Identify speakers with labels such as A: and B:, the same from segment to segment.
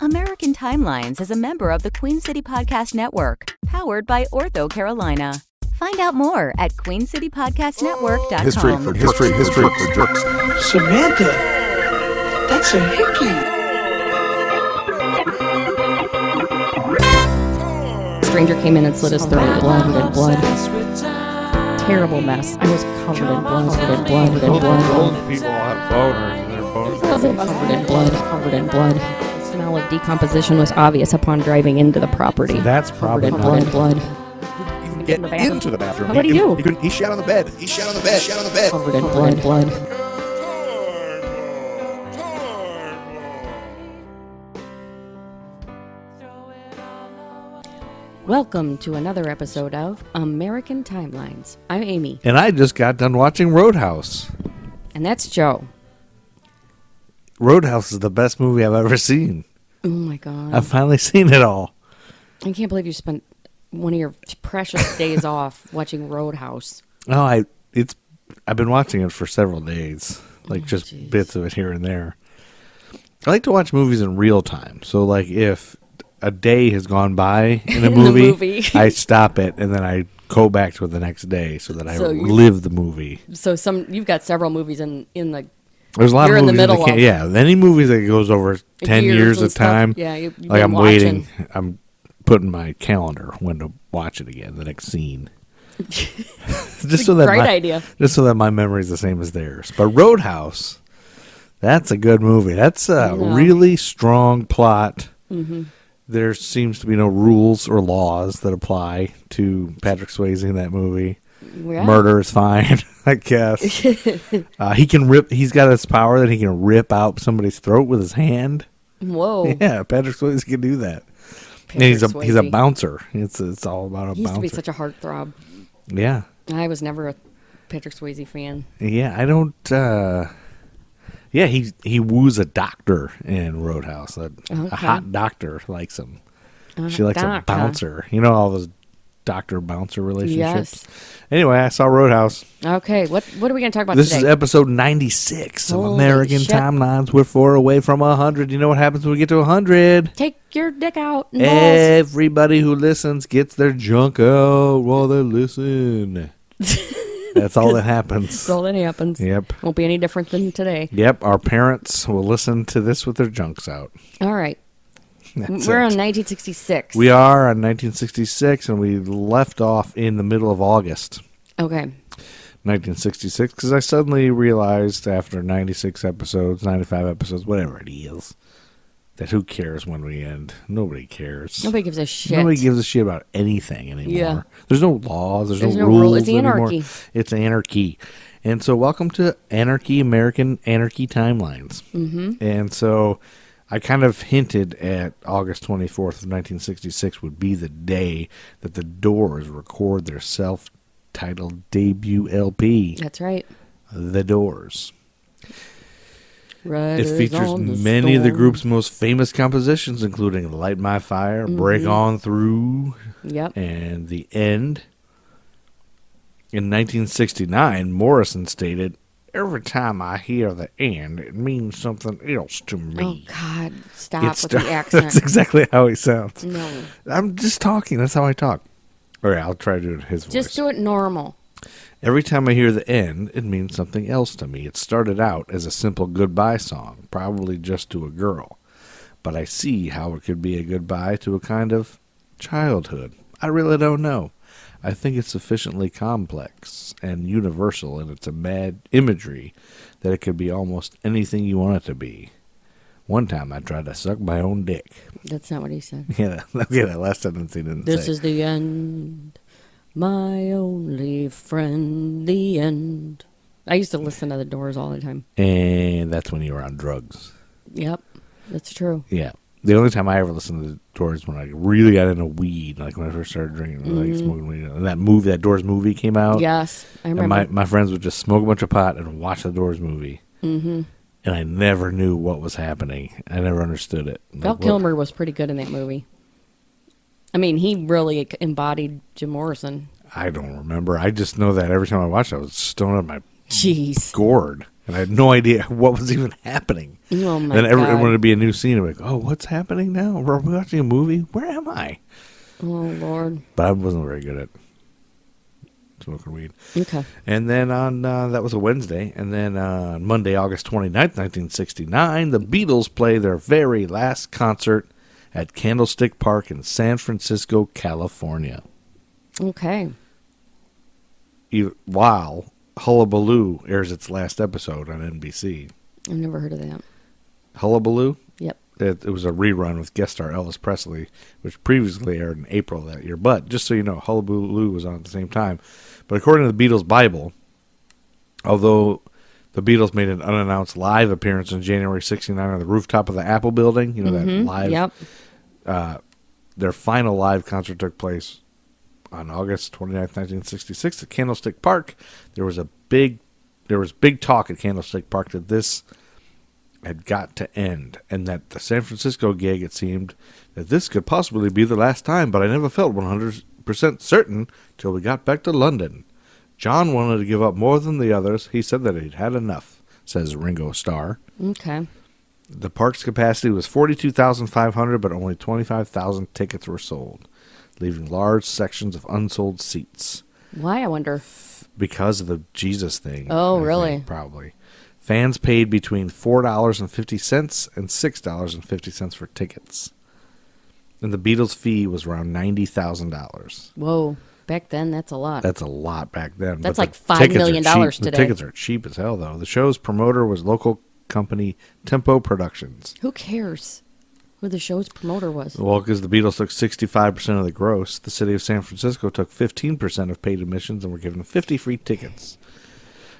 A: American Timelines is a member of the Queen City Podcast Network, powered by Ortho Carolina. Find out more at queencitypodcastnetwork.com.
B: History for history, history for jerks.
C: Samantha, that's a hickey.
D: stranger came in and slit his throat. Blood, blood, blood. Terrible mess. I was covered in blood, covered in blood, covered in blood,
E: Old people have boners and their boners.
D: covered in blood, covered in blood. The smell of decomposition was obvious upon driving into the property.
F: That's probably
D: covered in
F: not-
D: blood, blood,
E: You
D: get in the bathroom.
E: into the bathroom.
D: How'd he
E: couldn't-
D: do?
E: He couldn't. He shot on the bed. He shot on the bed. Shot on the bed.
D: covered in blood, blood. Welcome to another episode of American Timelines. I'm Amy,
F: And I just got done watching Roadhouse.
D: and that's Joe.
F: Roadhouse is the best movie I've ever seen.
D: Oh my god.
F: I've finally seen it all.
D: I can't believe you spent one of your precious days off watching Roadhouse.
F: No, Oh, I it's I've been watching it for several days, like just
D: Oh, jeez.
F: bits of it here and there. I like to watch movies in real time. So like if a day has gone by in
D: the
F: a movie,
D: movie.
F: I stop it and then I go back to it the next day so that I
D: So you-
F: live the movie.
D: So some you've got several movies in in the
F: There's a lot
D: You're in
F: of
D: the
F: movies
D: middle
F: that can't,
D: of-
F: yeah. Any movie that goes over ten
D: Years
F: years,
D: and
F: of
D: stuff.
F: time,
D: Yeah, you- you've
F: like
D: been
F: I'm
D: watching.
F: waiting. I'm putting my calendar when to watch it again, the next scene. just so that
D: Great
F: my,
D: idea.
F: Just so that my memory's the same as theirs. But Roadhouse, that's a good movie. That's a
D: know.
F: really strong plot.
D: Mm-hmm.
F: There seems to be no rules or laws that apply to Patrick Swayze in that movie
D: yeah.
F: murder is fine, I guess. uh, he can rip. He's got this power that he can rip out somebody's throat with his hand.
D: Whoa,
F: Yeah, Patrick Swayze can do that. and
D: Patrick
F: he's a he's a
D: Swayze.
F: bouncer. It's it's all about a
D: He used
F: bouncer.
D: to be such a heartthrob.
F: yeah,
D: I was never a Patrick Swayze fan.
F: yeah. I don't. uh Yeah, he he woos a doctor in Roadhouse. A,
D: Okay.
F: a hot doctor likes him. she likes
D: doctor.
F: a bouncer. You know all those doctor bouncer relationships.
D: Yes.
F: Anyway, I saw Roadhouse.
D: Okay, what what are we going to talk about
F: This
D: today?
F: is episode 96 of
D: Holy
F: American
D: shit.
F: Timelines. We're four away from 100. You know what happens when we get to 100?
D: Take your dick out. And balls.
F: Everybody who listens gets their junk out while they listen. That's all that happens.
D: That's all that happens.
F: Yep.
D: Won't be any different than today.
F: Yep, our parents will listen to this with their junks out.
D: All right.
F: That's
D: We're
F: it.
D: on 1966.
F: We are on 1966, and we left off in the middle of August.
D: Okay.
F: 1966 because I suddenly realized after 96 episodes, 95 episodes, whatever it is, that who cares when we end? Nobody cares.
D: Nobody gives a shit.
F: Nobody gives a shit about anything anymore.
D: Yeah.
F: There's no laws. There's,
D: There's
F: no,
D: no rule.
F: rules
D: It's
F: anymore.
D: anarchy.
F: It's anarchy. And so, welcome to Anarchy American Anarchy Timelines. Mm-hmm. And so, I kind of hinted at August 24th of 1966 would be the day that the Doors record their self-titled debut LP,
D: That's right.
F: The Doors.
D: Right.
F: It features many of the group's most famous compositions, including "Light My Fire," "Break
D: Mm-hmm.
F: On Through,"
D: Yep.
F: and the end. In 1969, Morrison stated, Every time I hear the end, it means something else to
D: Oh
F: me.
D: God! Stop
F: It
D: with
F: start-
D: the
F: That's
D: accent. Mm.
F: exactly how he sounds.
D: no,
F: I'm just talking. That's how I talk. All right, I'll try to do it in his voice.
D: just do it normal.
F: Every time I hear the end, it means something else to me. It started out as a simple goodbye song, probably just to a girl. But I see how it could be a goodbye to a kind of childhood. I really don't know. I think it's sufficiently complex and universal in its mad imagery that it could be almost anything you want it to be. One time I tried to suck my own dick.
D: That's not what he said.
F: Yeah, okay, that last sentence he didn't
D: This
F: say.
D: is the end, my only friend. The end. I used to listen to the Doors all the time.
F: and that's when you were on drugs.
D: Yep, that's true.
F: Yeah. The only time I ever listened to the Doors when I really got into weed, like when I first started drinking, like smoking weed, and that movie, that Doors movie came
D: Oh,
F: out.
D: Yes, Mm-hmm. I
F: and
D: remember.
F: my, my friends would just smoke a bunch of pot and watch the Doors movie. Mm-hmm. And I never knew what was happening. I never understood it. Like,
D: Val
F: what-
D: Kilmer was pretty good in that movie. I mean, he really embodied Jim Morrison.
F: I don't remember. I just know that every time I watched, it, I was stoned on my
D: Jeez.
F: gourd. and I had no idea what was even happening.
D: Oh my
F: and every,
D: God.
F: everyone would be a new scene. I'm like, oh, what's happening now? We're watching a movie. Where am I?
D: Oh Lord.
F: But I wasn't very good at smoking weed.
D: Okay.
F: And then on uh, that was a Wednesday, and then uh, on Monday, August 29th, 1969, the Beatles play their very last concert at Candlestick Park in San Francisco, California.
D: Okay.
F: E- While Hullabaloo airs its last episode on NBC.
D: I've never heard of that.
F: Hullabaloo?
D: Yep.
F: It, it was a rerun with guest star Elvis Presley, which previously aired in April that year. But just so you know, Hullabaloo was on at the same time. But according to the Beatles' Bible, although the Beatles made an unannounced live appearance in January '69 on the rooftop of the Apple Building, you know that live.
D: Mm-hmm. Yep.
F: Their final live concert took place on August 29th, 1966, at Candlestick Park. There was a big, there was big talk at Candlestick Park that this had got to end, and that the San Francisco gig, it seemed, that this could possibly be the last time. But I never felt 100% certain till we got back to London. John wanted to give up more than the others. He said that he'd had enough, says Ringo Starr.
D: Okay.
F: The park's capacity was 42,500, but only 25,000 tickets were sold, leaving large sections of unsold seats
D: Why I wonder.
F: because of the Jesus thing.
D: Oh,
F: I think,
D: really?
F: probably. Fans paid between $4.50 and $6.50 for tickets. And the Beatles' fee was around $90,000.
D: Whoa. Back then, that's a lot.
F: That's a lot back then.
D: That's
F: but
D: like
F: the
D: five
F: tickets are
D: million
F: cheap-
D: dollars
F: The
D: today.
F: tickets are cheap as hell, though. The show's promoter was local company Tempo Productions.
D: Who cares who the show's promoter was?
F: Well, because the Beatles took 65% of the gross, the city of San Francisco took 15% of paid admissions and were given 50 free tickets.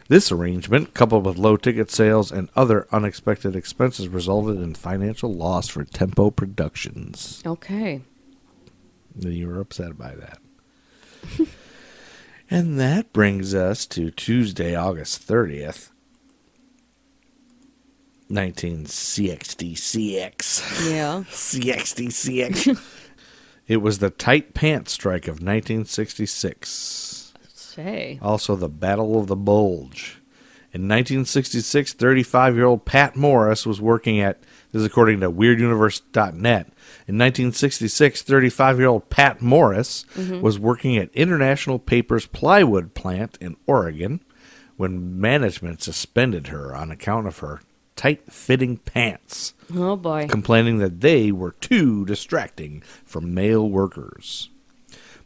F: This arrangement, coupled with low ticket sales and other unexpected expenses, resulted in financial loss for Tempo Productions.
D: Okay.
F: And You were upset by that. and that brings us to Tuesday, August 30th, 1966.
D: Yeah.
F: CXDCX. it was the tight pants strike of 1966.
D: Say.
F: Also, the Battle of the Bulge. In 1966, 35 year old Pat Morris was working at, this is according to weirduniverse.net. In 1966, 35 year old Pat Morris was working at International Paper's plywood plant in Oregon when management suspended her on account of her tight fitting pants
D: Oh boy.
F: complaining that they were too distracting for male workers.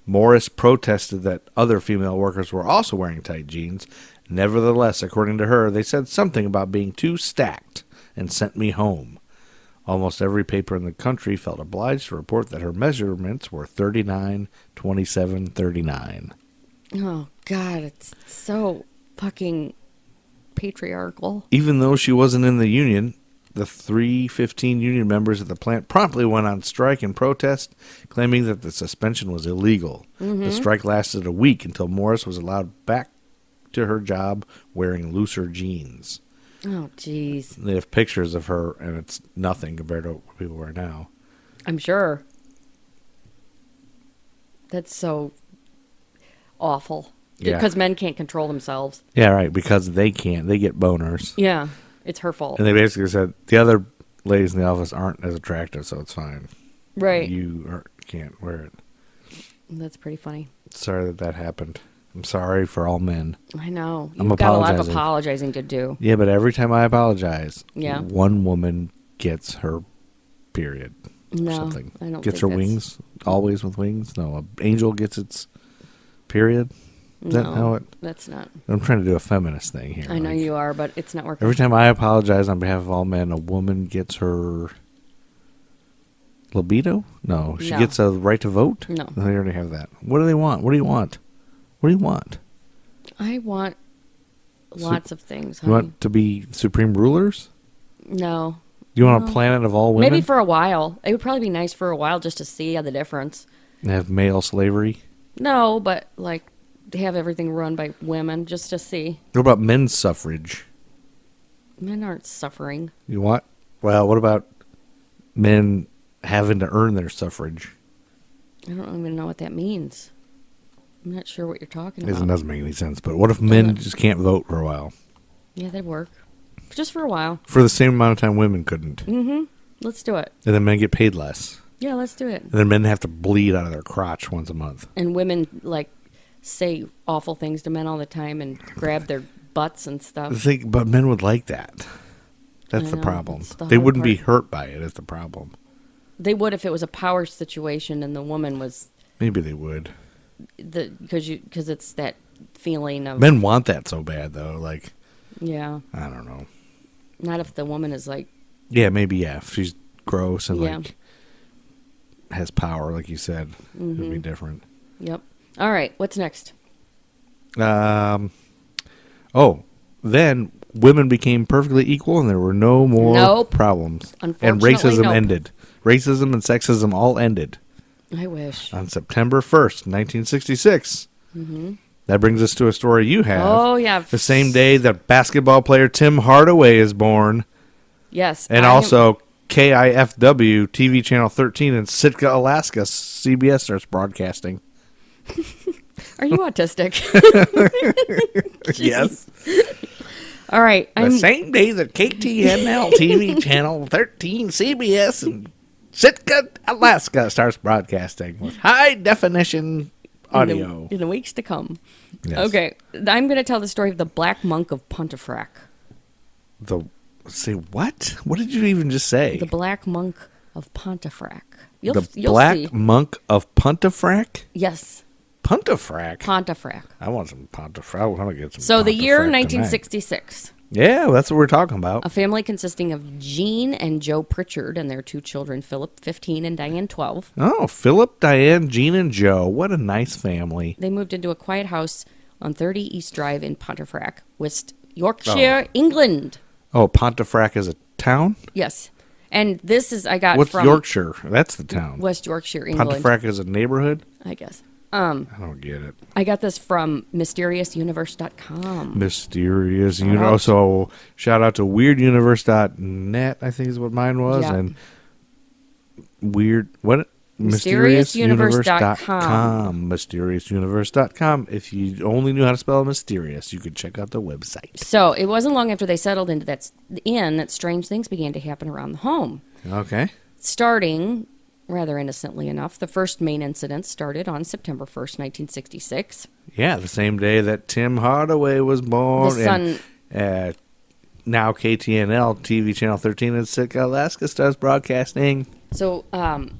F: Morris protested that other female workers were also wearing tight jeans. Nevertheless, according to her, they said something about being too stacked and sent me home. Almost every paper in the country felt obliged to report that her measurements were 39, 27, 39.
D: Oh God. It's so fucking patriarchal.
F: Even though she wasn't in the union, the 315 union members at the plant promptly went on strike in protest, claiming that the suspension was illegal. The strike lasted a week until Morris was allowed back to her job wearing looser jeans.
D: Oh jeez.
F: They have pictures of her, and it's nothing compared to what people wear now.
D: I'm sure. That's so awful.
F: Yeah.
D: Because men can't control themselves.
F: Yeah, right, because they can't. They get boners.
D: Yeah. It's her fault.
F: And they basically said the other ladies in the office aren't as attractive, so it's fine.
D: right.
F: You are, can't wear it.
D: That's pretty funny.
F: Sorry that that happened. I'm sorry for all men.
D: I know.
F: I'm
D: You've got a lot of
F: apologizing.
D: apologizing to do.
F: Yeah, but every time I apologize,
D: Yeah.
F: one woman gets her period
D: No,
F: or something.
D: I don't
F: gets
D: think
F: her
D: that's-
F: wings always with wings. No, an angel gets its period. Is that
D: No,
F: how it?
D: That's not.
F: I'm trying to do a feminist thing here.
D: I know
F: like,
D: you are, but it's not working.
F: Every time I apologize on behalf of all men, a woman gets her libido. No, she
D: No.
F: gets a right to vote.
D: No.
F: they already have that. What do they want? What do you want? What do you want?
D: I want lots of things.
F: You
D: Honey.
F: want to be supreme rulers?
D: no,
F: You want a planet of all women?
D: maybe for a while. It would probably be nice for a while just to see the difference.
F: and have male slavery.
D: No, but like to have everything run by women just to see
F: What about men's suffrage?
D: men aren't suffering.
F: You want? Well, what about men having to earn their suffrage?
D: I don't even know what that means. I'm not sure what you're talking
F: It
D: about.
F: doesn't make any sense. But what if men just can't vote for a while?
D: Yeah, that'd work. just for a while. Mm-hmm.
F: for the same amount of time women couldn't.
D: Mm.
F: And
D: Let's do it.
F: then men get paid less.
D: Yeah, let's do it.
F: And then men have to bleed out of their crotch once a month.
D: And women like say awful things to men all the time and grab their butts and
F: The
D: stuff.
F: thing, but men would like that. That's
D: I
F: the
D: know,
F: problem.
D: it's the
F: they
D: hard
F: wouldn't be
D: part.
F: hurt by it. Is the problem?
D: They would if it was a power situation and the woman was
F: Maybe they would.
D: the because you because it's that feeling of
F: Men want that so bad though. Like
D: yeah.
F: I don't know.
D: Not if the woman is like
F: Yeah, maybe yeah. If she's gross and
D: Yeah.
F: like has power, like you said, it'd be
D: Mm-hmm.
F: different.
D: Yep. All right. What's next?
F: Um. Oh, then women became perfectly equal, and there were no more
D: Nope.
F: problems. And
D: Unfortunately,
F: racism
D: nope.
F: ended. Racism and sexism all ended
D: I wish.
F: on September first, nineteen That brings us to a story you have.
D: Mm-hmm. Oh, yeah.
F: The same day that basketball player Tim Hardaway is born,
D: Yes.
F: and
D: I am-
F: also KIFW TV channel thirteen in Sitka, Alaska, CBS starts broadcasting.
D: are you autistic?
F: Yes.
D: All right.
F: The
D: I'm
F: same day that KTNL TV channel 13 CBS in Sitka, Alaska starts broadcasting with high definition
D: in the-
F: audio.
D: in the weeks to come.
F: Yes.
D: Okay. I'm going to tell the story of the Black Monk of Pontefract.
F: The say what? What did you even just say?
D: The Black Monk of Pontefract. You'll,
F: The
D: you'll
F: Black
D: see.
F: Monk of Pontefract?
D: Yes.
F: Pontefract?
D: Pontefract.
F: I want some Pontefract. I want to get some
D: So the year
F: Pontefract tonight.
D: 1966.
F: Yeah, well, that's what we're talking about.
D: A family consisting of Jean and Joe Pritchard and their two children, Philip, 15, and Diane, 12.
F: Oh, Philip, Diane, Jean, and Joe. What a nice family.
D: They moved into a quiet house on 30 East Drive in Pontefract, West Yorkshire, England.
F: Oh, Pontefract is a town?
D: Yes. And this is I got
F: What's
D: Uh, from
F: Yorkshire? That's the town.
D: West Yorkshire, England.
F: Pontefract is a neighborhood?
D: I guess. Um,
F: I don't get it.
D: I got this from mysteriousuniverse.com.
F: Mysterious Universe. So shout out to weirduniverse.net, I think is what mine was.
D: Yeah.
F: And weird, what?
D: Mysteriousuniverse.com.
F: Mysteriousuniverse.com. If you only knew how to spell mysterious, you could check out the website.
D: So it wasn't long after they settled into that s- inn that strange things began to happen around the home.
F: Okay.
D: Starting, rather innocently enough, the first main incident started on September 1st, 1966.
F: Yeah, the same day that Tim Hardaway was born.
D: The
F: And, uh, now KTNL TV channel 13 in Sitka, Alaska starts broadcasting.
D: So, um,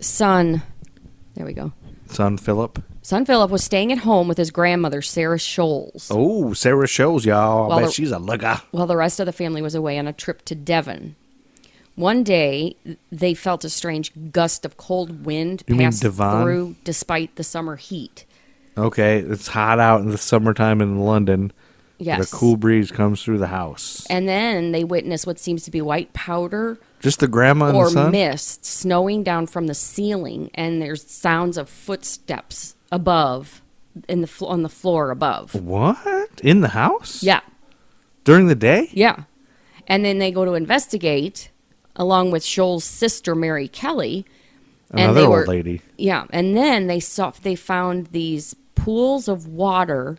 D: son, there we go.
F: Son Philip.
D: Son Philip was staying at home with his grandmother, Sarah Scholes,
F: Oh, Sarah shows y'all.
D: Well,
F: I bet
D: the-
F: she's a lugger.
D: while the rest of the family was away on a trip to Devon. One day, they felt a strange gust of cold wind
F: You mean
D: pass
F: Devon?
D: through despite the summer heat.
F: Okay, it's hot out in the summertime in London.
D: Yes.
F: The cool breeze comes through the house.
D: And then they witnessed what seems to be white powder
F: Just the grandma and the
D: or
F: son?
D: mist snowing down from the ceiling, and there's sounds of footsteps above, in the fl- on the floor above.
F: What? In the house?
D: Yeah.
F: During the day?
D: Yeah. And then they go to investigate along with Shoal's sister Mary Kelly.
F: Another old lady.
D: Yeah. And then they saw they found these pools of water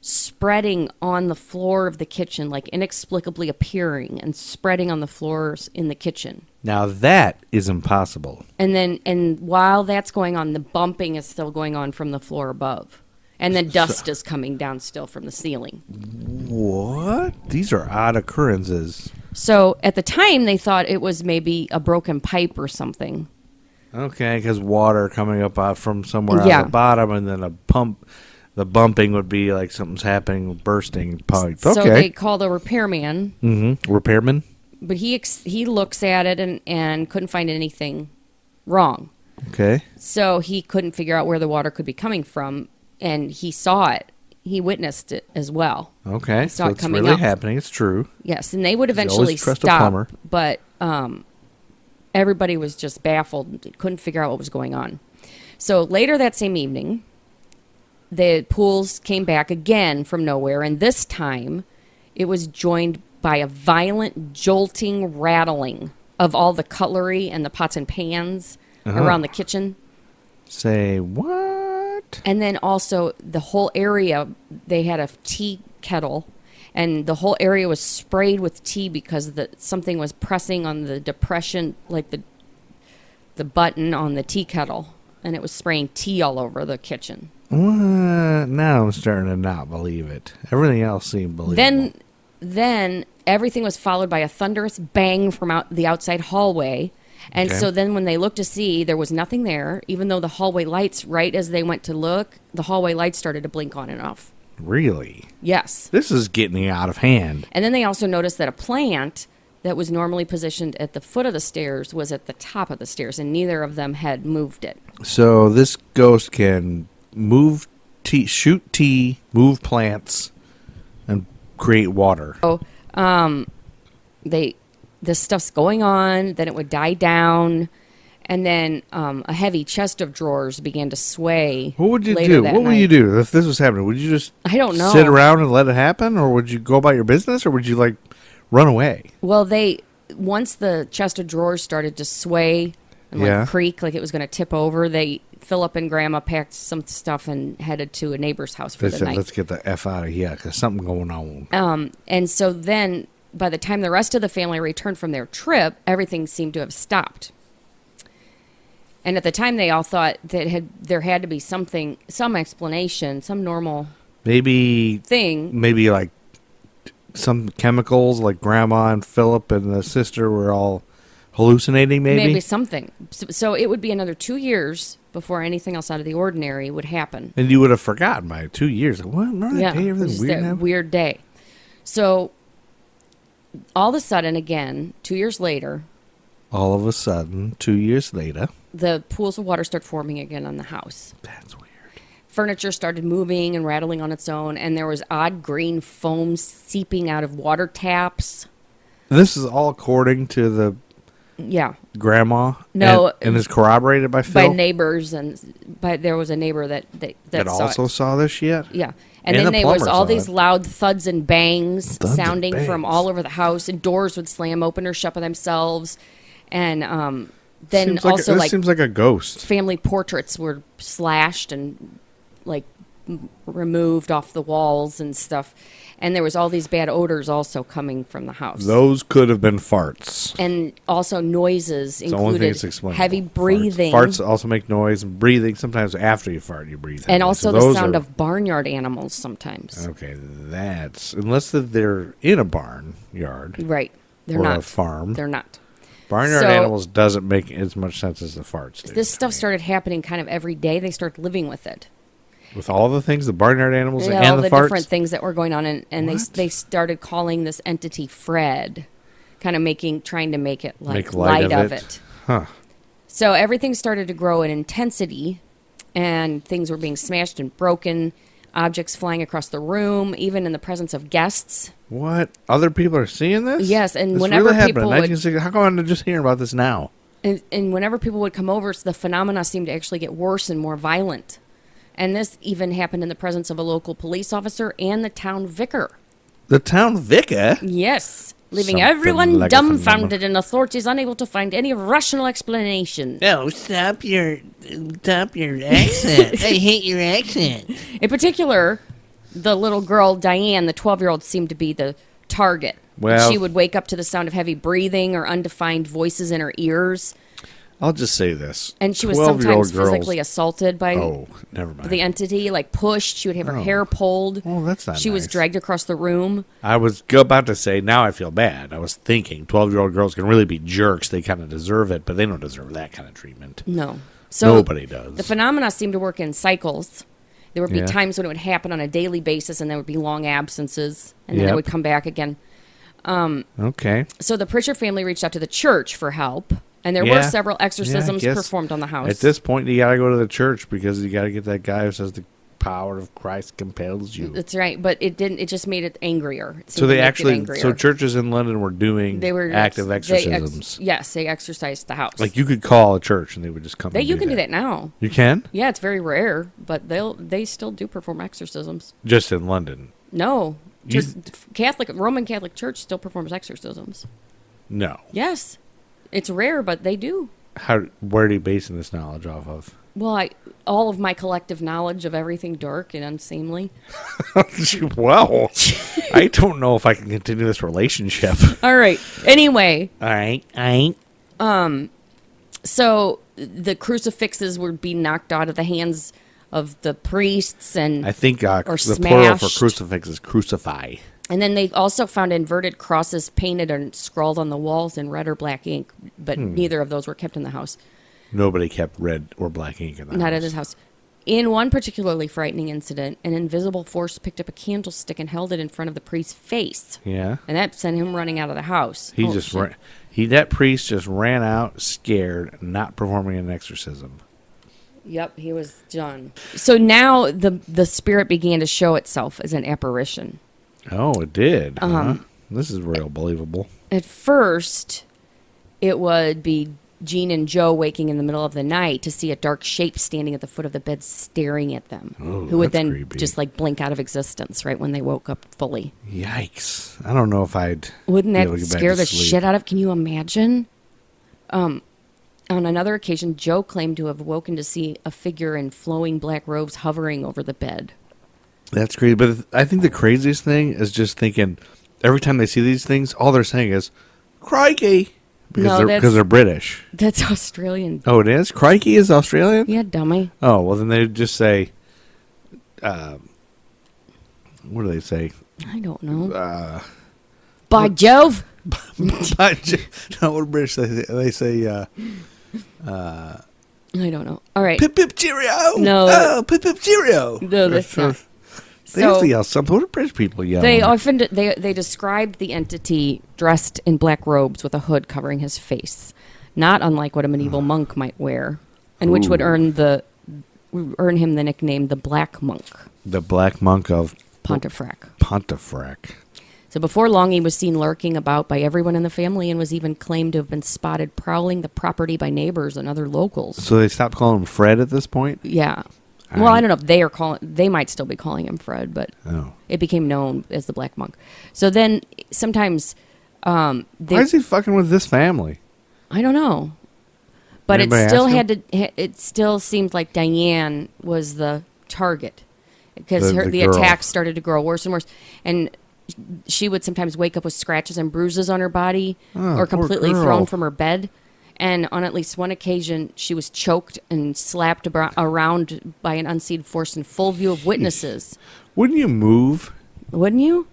D: spreading on the floor of the kitchen, like inexplicably appearing and spreading on the floors in the kitchen.
F: Now that is impossible.
D: And then and while that's going on, the bumping is still going on from the floor above. And the dust is coming down still from the ceiling.
F: What? These are odd occurrences.
D: So at the time, they thought it was maybe a broken pipe or something.
F: Okay, because water coming up out from somewhere out
D: Yeah.
F: of the bottom, and then a pump. The bumping would be like something's happening, bursting pipe.
D: So they
F: Okay.
D: called a repairman,
F: mm-hmm. Repairman.
D: but he ex- he looks at it and, and couldn't find anything wrong.
F: Okay.
D: So he couldn't figure out where the water could be coming from, and he saw it. He witnessed it as well.
F: Okay.
D: It's
F: so
D: not
F: it's
D: coming
F: really
D: up.
F: happening. It's true.
D: Yes, and they would
F: always
D: eventually
F: trust a plumber.
D: stop, but um, everybody was just baffled, and couldn't figure out what was going on. So later that same evening, the pools came back again from nowhere, and this time it was joined by a violent jolting rattling of all the cutlery and the pots and pans
F: Uh-huh.
D: around the kitchen.
F: Say what?
D: And then also the whole area, they had a tea kettle and the whole area was sprayed with tea because the something was pressing on the depression, like the the button on the tea kettle, and it was spraying tea all over the kitchen.
F: What? Now I'm starting to not believe it. Everything else seemed believable.
D: Then, then everything was followed by a thunderous bang from out the outside hallway. And
F: Okay.
D: so then, when they looked to see, there was nothing there. Even though the hallway lights, right as they went to look, the hallway lights started to blink on and off.
F: really,
D: Yes.
F: this is getting out of hand.
D: And then they also noticed that a plant that was normally positioned at the foot of the stairs was at the top of the stairs, and neither of them had moved it.
F: So this ghost can move tea, shoot tea, move plants, and create water.
D: Oh, they this stuff's going on then it would die down and then um, a heavy chest of drawers began to sway
F: What would you
D: later
F: do?
D: that
F: What would you
D: night.
F: do if this was happening? Would you just
D: I don't know.
F: sit around and let it happen, or would you go about your business, or would you like run away?
D: well they once the chest of drawers started to sway and like
F: Yeah.
D: creak like it was going to tip over they philip and grandma packed some stuff and headed to a neighbor's house for
F: They
D: the
F: said,
D: night
F: "Let's get the f out of here because something going on."
D: Um, and so then, by the time the rest of the family returned from their trip, everything seemed to have stopped. And at the time, they all thought that had there had to be something, some explanation, some normal
F: Maybe
D: thing.
F: maybe like some chemicals like grandma and philip and the sister were all hallucinating maybe,
D: Maybe, something. So, so it would be another two years before anything else out of the ordinary would happen.
F: and you would have forgotten by two years like what remember that
D: yeah,
F: day
D: it was
F: everything
D: just
F: weird
D: that
F: happened?
D: weird day. So all of a sudden, again, two years later,
F: all of a sudden two years later
D: the pools of water start forming again on the house.
F: that's weird
D: furniture started moving and rattling on its own, and there was odd green foam seeping out of water taps.
F: this is all according to the
D: Yeah,
F: grandma
D: No,
F: and, and is corroborated by
D: by
F: phil
D: neighbors, and by there was a neighbor that they, that,
F: that
D: saw
F: also
D: it.
F: saw this yet
D: Yeah, and, then
F: and the
D: there was
F: plumber
D: all
F: saw
D: these
F: it.
D: loud thuds and bangs
F: Thuds and
D: sounding from
F: bangs.
D: all over the house, and doors would slam open or shut by themselves, and um, then
F: Seems like a-
D: also
F: this
D: like
F: seems like a ghost
D: family portraits were slashed and like m- removed off the walls and stuff and there was all these bad odors also coming from the house
F: those could have been farts
D: and also noises
F: It's the only thing
D: included
F: that's explainable.
D: heavy
F: Farts.
D: breathing
F: Farts. also make noise, and breathing. Sometimes after you fart, you breathe.
D: and
F: heavily.
D: also
F: So
D: the
F: those
D: sound
F: are-
D: of barnyard animals sometimes
F: Okay, that's unless that they're in a barn yard.
D: right they're
F: Or a
D: not
F: farm.
D: they're not
F: Barnyard
D: So-
F: animals doesn't make as much sense as the farts. Do.
D: this stuff started happening kind of every day they started living with it
F: with all the things, the barnyard animals
D: Yeah, all
F: and
D: the
F: the, farts.
D: different things that were going on, and, and they
F: What?
D: they started calling this entity Fred, kind of making trying to make it like
F: Make light of it. Huh.
D: So everything started to grow in intensity, and things were being smashed and broken, objects flying across the room, even in the presence of guests.
F: What other people are seeing this?
D: Yes, and
F: This
D: whenever
F: really happened in
D: people would-
F: 1960 how come I'm just hearing about this now?
D: And, and whenever people would come over, the phenomena seemed to actually get worse and more violent. And this even happened in the presence of a local police officer and the town vicar.
F: The town vicar.
D: Yes, leaving
F: Something
D: everyone
F: like a phenomenon.
D: dumbfounded and authorities unable to find any rational explanation.
G: No, stop your stop your accent. I hate your accent.
D: In particular, the little girl Diane, the 12 year old, seemed to be the target.
F: Well-
D: she would wake up to the sound of heavy breathing or undefined voices in her ears,
F: I'll just say this.
D: and she was
F: 12-year-old
D: sometimes
F: girls-
D: physically assaulted by
F: Oh, never mind.
D: the entity, like pushed. She would have her hair pulled.
F: Well, that's not
D: She was
F: nice.
D: dragged across the room.
F: I was go- about to say, now I feel bad. I was thinking 12 year old girls can really be jerks. They kind of deserve it, but they don't deserve that kind of treatment.
D: No. So
F: Nobody does.
D: The phenomena seem to work in cycles. There would be
F: Yeah.
D: times when it would happen on a daily basis, and there would be long absences, and then
F: Yep.
D: it would come back again.
F: Okay.
D: So the Pritchard family reached out to the church for help, and there were
F: Yeah.
D: several exorcisms
F: Yeah, I guess
D: performed on the house.
F: At this point, you got to go to the church because you got to get that guy who says the power of Christ compels you.
D: That's right, but it didn't. It just made it angrier. It seemed
F: So
D: to
F: they
D: make it
F: actually,
D: angrier.
F: so churches in London were doing
D: they were
F: active
D: they ex-
F: exorcisms.
D: yes, they exorcised the house.
F: like you could call a church and they would just come.
D: they,
F: and
D: you can do that now.
F: You can
D: Yeah, it's very rare, but they'll they still do perform exorcisms.
F: just in London.
D: No,
F: You-
D: just Catholic Roman Catholic Church still performs exorcisms.
F: No.
D: Yes, it's rare, but they do.
F: How? Where are you basing this knowledge off of?
D: Well, I, all of my collective knowledge of everything dark and unseemly.
F: well, I don't know if I can continue this relationship.
D: All right. Anyway,
G: All right, all right.
D: so the crucifixes would be knocked out of the hands of the priests, and
F: I think uh,
D: Or
F: the plural for
D: smashed.
F: crucifix is crucify.
D: and then they also found inverted crosses painted and scrawled on the walls in red or black ink, but neither of those were kept in the house.
F: Nobody kept red or black ink in that.
D: Not at his house. In one particularly frightening incident, an invisible force picked up a candlestick and held it in front of the priest's face.
F: Yeah.
D: And that sent him running out of the house.
F: He
D: Oh,
F: just
D: shit.
F: ran, he that priest just ran out scared, not performing an exorcism.
D: Yep, he was done. So now the the spirit began to show itself as an apparition.
F: Oh, it did.
D: Uh-huh.
F: huh? This is real believable.
D: At first, it would be Jean and Joe waking in the middle of the night to see a dark shape standing at the foot of the bed staring at them, who would
F: Oh, that's
D: then
F: creepy.
D: just like blink out of existence right when they woke up fully.
F: Yikes! I don't know if I'd.
D: Wouldn't
F: be able
D: that
F: to get back
D: scare
F: to
D: the
F: sleep.
D: shit out of? Can you imagine? Um, on another occasion, Joe claimed to have woken to see a figure in flowing black robes hovering over the bed.
F: That's crazy. But th- I think the craziest thing is just thinking every time they see these things, all they're saying is "crikey" because
D: No,
F: they're
D: that's-
F: because they're British.
D: That's Australian.
F: Oh, it is. Crikey is Australian.
D: Yeah, dummy.
F: Oh well, then they just say, um, "What do they say?"
D: I don't know.
F: Uh,
D: By Jove!
F: no, what British they say? They say uh,
D: I don't know. All right.
F: "Pip pip cheerio."
D: No.
F: oh, pip pip cheerio.
D: No, that's not.
F: They used
D: So
F: to yell something. What do British people yell?
D: they often they they described the entity dressed in black robes with a hood covering his face, not unlike what a medieval monk might wear, and which would
F: Ooh.
D: earn the earn him the nickname the Black Monk,
F: the Black Monk of
D: Pontefract.
F: Pontefract.
D: So before long, he was seen lurking about by everyone in the family, and was even claimed to have been spotted prowling the property by neighbors and other locals.
F: So they stopped calling him Fred at this point.
D: Yeah.
F: All
D: Well,
F: right.
D: I don't know if they are calling. They might still be calling him Fred, but
F: Oh.
D: it became known as the Black Monk. So then, sometimes, um, they,
F: Why is he fucking with this family?
D: I don't know, but it
F: Anybody ask
D: still
F: him?
D: had to. ha- It still seemed like Diane was the target because
F: The-
D: her,
F: the
D: the
F: girl.
D: attacks started to grow worse and worse, and she would sometimes wake up with scratches and bruises on her body,
F: Oh, poor
D: or completely
F: girl.
D: thrown from her bed. And on at least one occasion, she was choked and slapped abro- around by an unseen force in full view of witnesses.
F: Wouldn't you move?
D: Wouldn't you?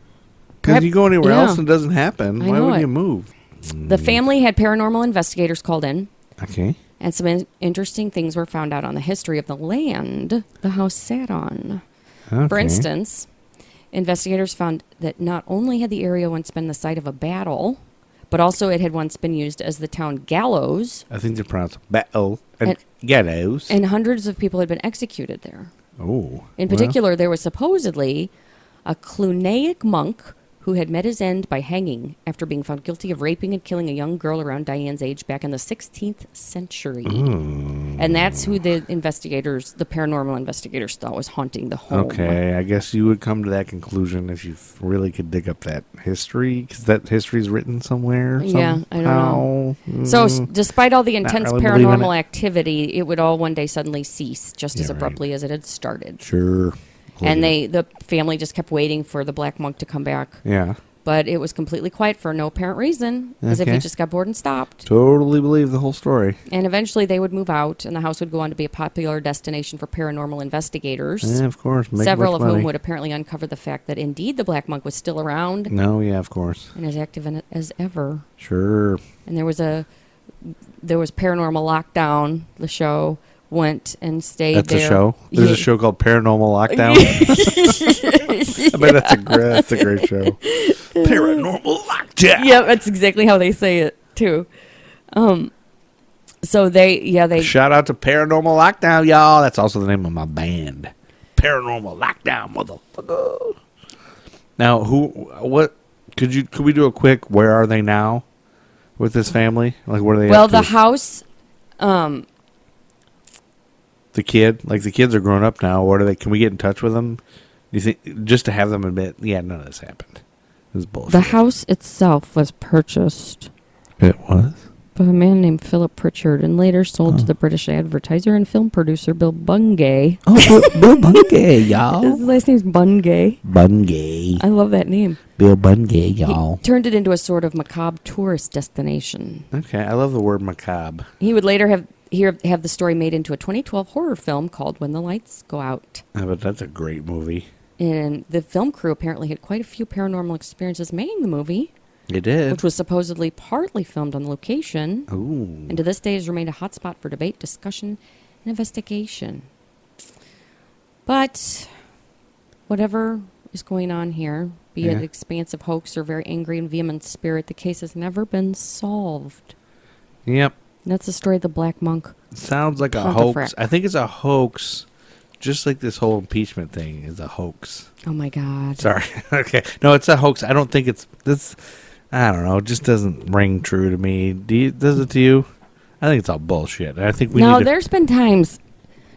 F: Because
D: Perhaps-
F: you go anywhere
D: yeah.
F: else and it doesn't happen.
D: I
F: Why
D: know
F: would
D: it.
F: you move? Mm.
D: The family had paranormal investigators called in,
F: Okay.
D: and some in- interesting things were found out on the history of the land the house sat on. For
F: Okay.
D: instance, investigators found that not only had the area once been the site of a battle, but also it had once been used as the town gallows,
F: I think they pronounce battle and,
D: And-
F: ghettos.
D: and hundreds of people had been executed there.
F: oh.
D: In
F: well,
D: particular, there was supposedly a Cluniac monk who had met his end by hanging after being found guilty of raping and killing a young girl around Diane's age back in the 16th century.
F: Hmm.
D: And that's who the investigators, the paranormal investigators, thought was haunting the home.
F: okay, I guess you would come to that conclusion if you f- really could dig up that history, because that history's written somewhere.
D: Yeah, I don't know.
F: somehow. Mm, hmm.
D: So, s- despite all the intense
F: really believing
D: paranormal
F: it.
D: activity, it would all one day suddenly cease, just as
F: Yeah, right.
D: abruptly as it had started.
F: Sure.
D: And they, the family, just kept waiting for the black monk to come back.
F: Yeah.
D: but it was completely quiet for no apparent reason, as if
F: Okay.
D: he just got bored and stopped.
F: Totally believe the whole story.
D: And eventually they would move out, and the house would go on to be a popular destination for paranormal investigators,
F: Yeah, of course. Make
D: several
F: much
D: of whom
F: money.
D: would apparently uncover the fact that indeed the Black Monk was still around
F: No, yeah, of course.
D: and as active in- as ever.
F: Sure.
D: And there was a there was paranormal lockdown. The show went and stayed
F: That's
D: there.
F: a show. There's
D: Yeah.
F: a show called Paranormal Lockdown. I mean, that's a great, that's a great show. Paranormal Lockdown.
D: Yeah, that's exactly how they say it too. Um, so they yeah they
F: Shout out to Paranormal Lockdown, y'all. That's also the name of my band. Paranormal Lockdown, motherfucker. Now, who? What? Could you? Could we do a quick? Where are they now? With this family, like where are they?
D: well
F: up to?
D: the house um,
F: the kid, like the kids are grown up now. What are they? Can we get in touch with them? You think just to have them admit? Yeah, none of this happened. This is bullshit.
D: The house itself was purchased
F: It was.
D: by a man named Philip Pritchard and later sold to the British advertiser and film producer Bill Bungay.
H: Oh, Bill, Bill Bungay,
D: His
F: Oh.
H: y'all.
D: last name's Bungay.
H: Bungay.
D: I love that name.
H: Bill Bungay,
D: He
H: y'all.
D: turned it into a sort of macabre tourist destination.
F: Okay, I love the word macabre.
D: He would later have here have the story made into a 2012 horror film called When the Lights Go Out.
F: I bet Uh, that's a great movie.
D: And the film crew apparently had quite a few paranormal experiences making the movie,
F: It did.
D: which was supposedly partly filmed on location,
F: Ooh.
D: and to this day has remained a hot spot for debate, discussion, and investigation. But whatever is going on here, be it
F: Yeah.
D: an expansive hoax or very angry and vehement spirit, the case has never been solved.
F: Yep.
D: And that's the story of the Black Monk.
F: Sounds like a
D: Punk a
F: hoax.
D: frack.
F: I think it's a hoax. Just like this whole impeachment thing is a hoax.
D: Oh my God.
F: Sorry. okay. No, it's a hoax. I don't think it's this. I don't know. It just doesn't ring true to me. Do you, does it to you? I think it's all bullshit. I think we
D: now,
F: need. to-
D: there's been times.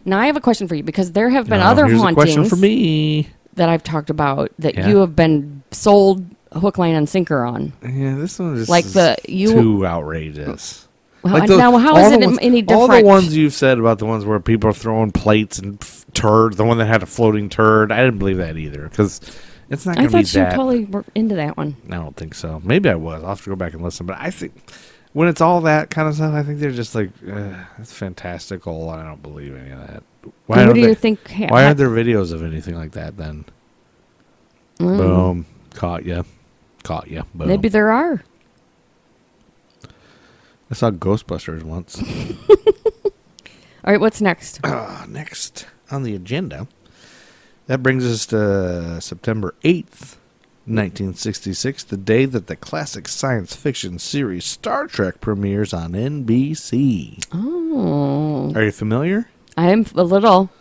D: Now, I have a question for you because there have been
F: No,
D: other
F: here's a
D: hauntings
F: question for me.
D: that I've talked about that
F: Yeah.
D: you have been sold hook, line, and sinker on.
F: Yeah, this one is
D: Like
F: is
D: the- you-
F: too outrageous.
D: Well,
F: Like
D: I-
F: those-
D: now, how is
F: all the
D: it
F: ones-
D: any
F: All
D: different?
F: the ones you've said about the ones where people are throwing plates and pff, turd, the one that had a floating turd, I didn't believe that either because it's not
D: I
F: going to be
D: thought you
F: that.
D: totally were into that one.
F: I don't think so. Maybe I was. I'll have to go back and listen. But I think when it's all that kind of stuff, I think they're just like, "Ugh, that's fantastical. and I don't believe any of that. Why
D: What
F: don't
D: do you
F: they-
D: think hap-
F: Why aren't there videos of anything like that then?
D: Mm.
F: Boom. Caught you. Caught you. Boom.
D: Maybe there are.
F: I saw Ghostbusters once.
D: All right, what's next?
F: Uh, next on the agenda, that brings us to September 8th, 1966, the day that the classic science fiction series Star Trek premieres on NBC.
D: Oh,
F: Are you familiar?
D: I am a little.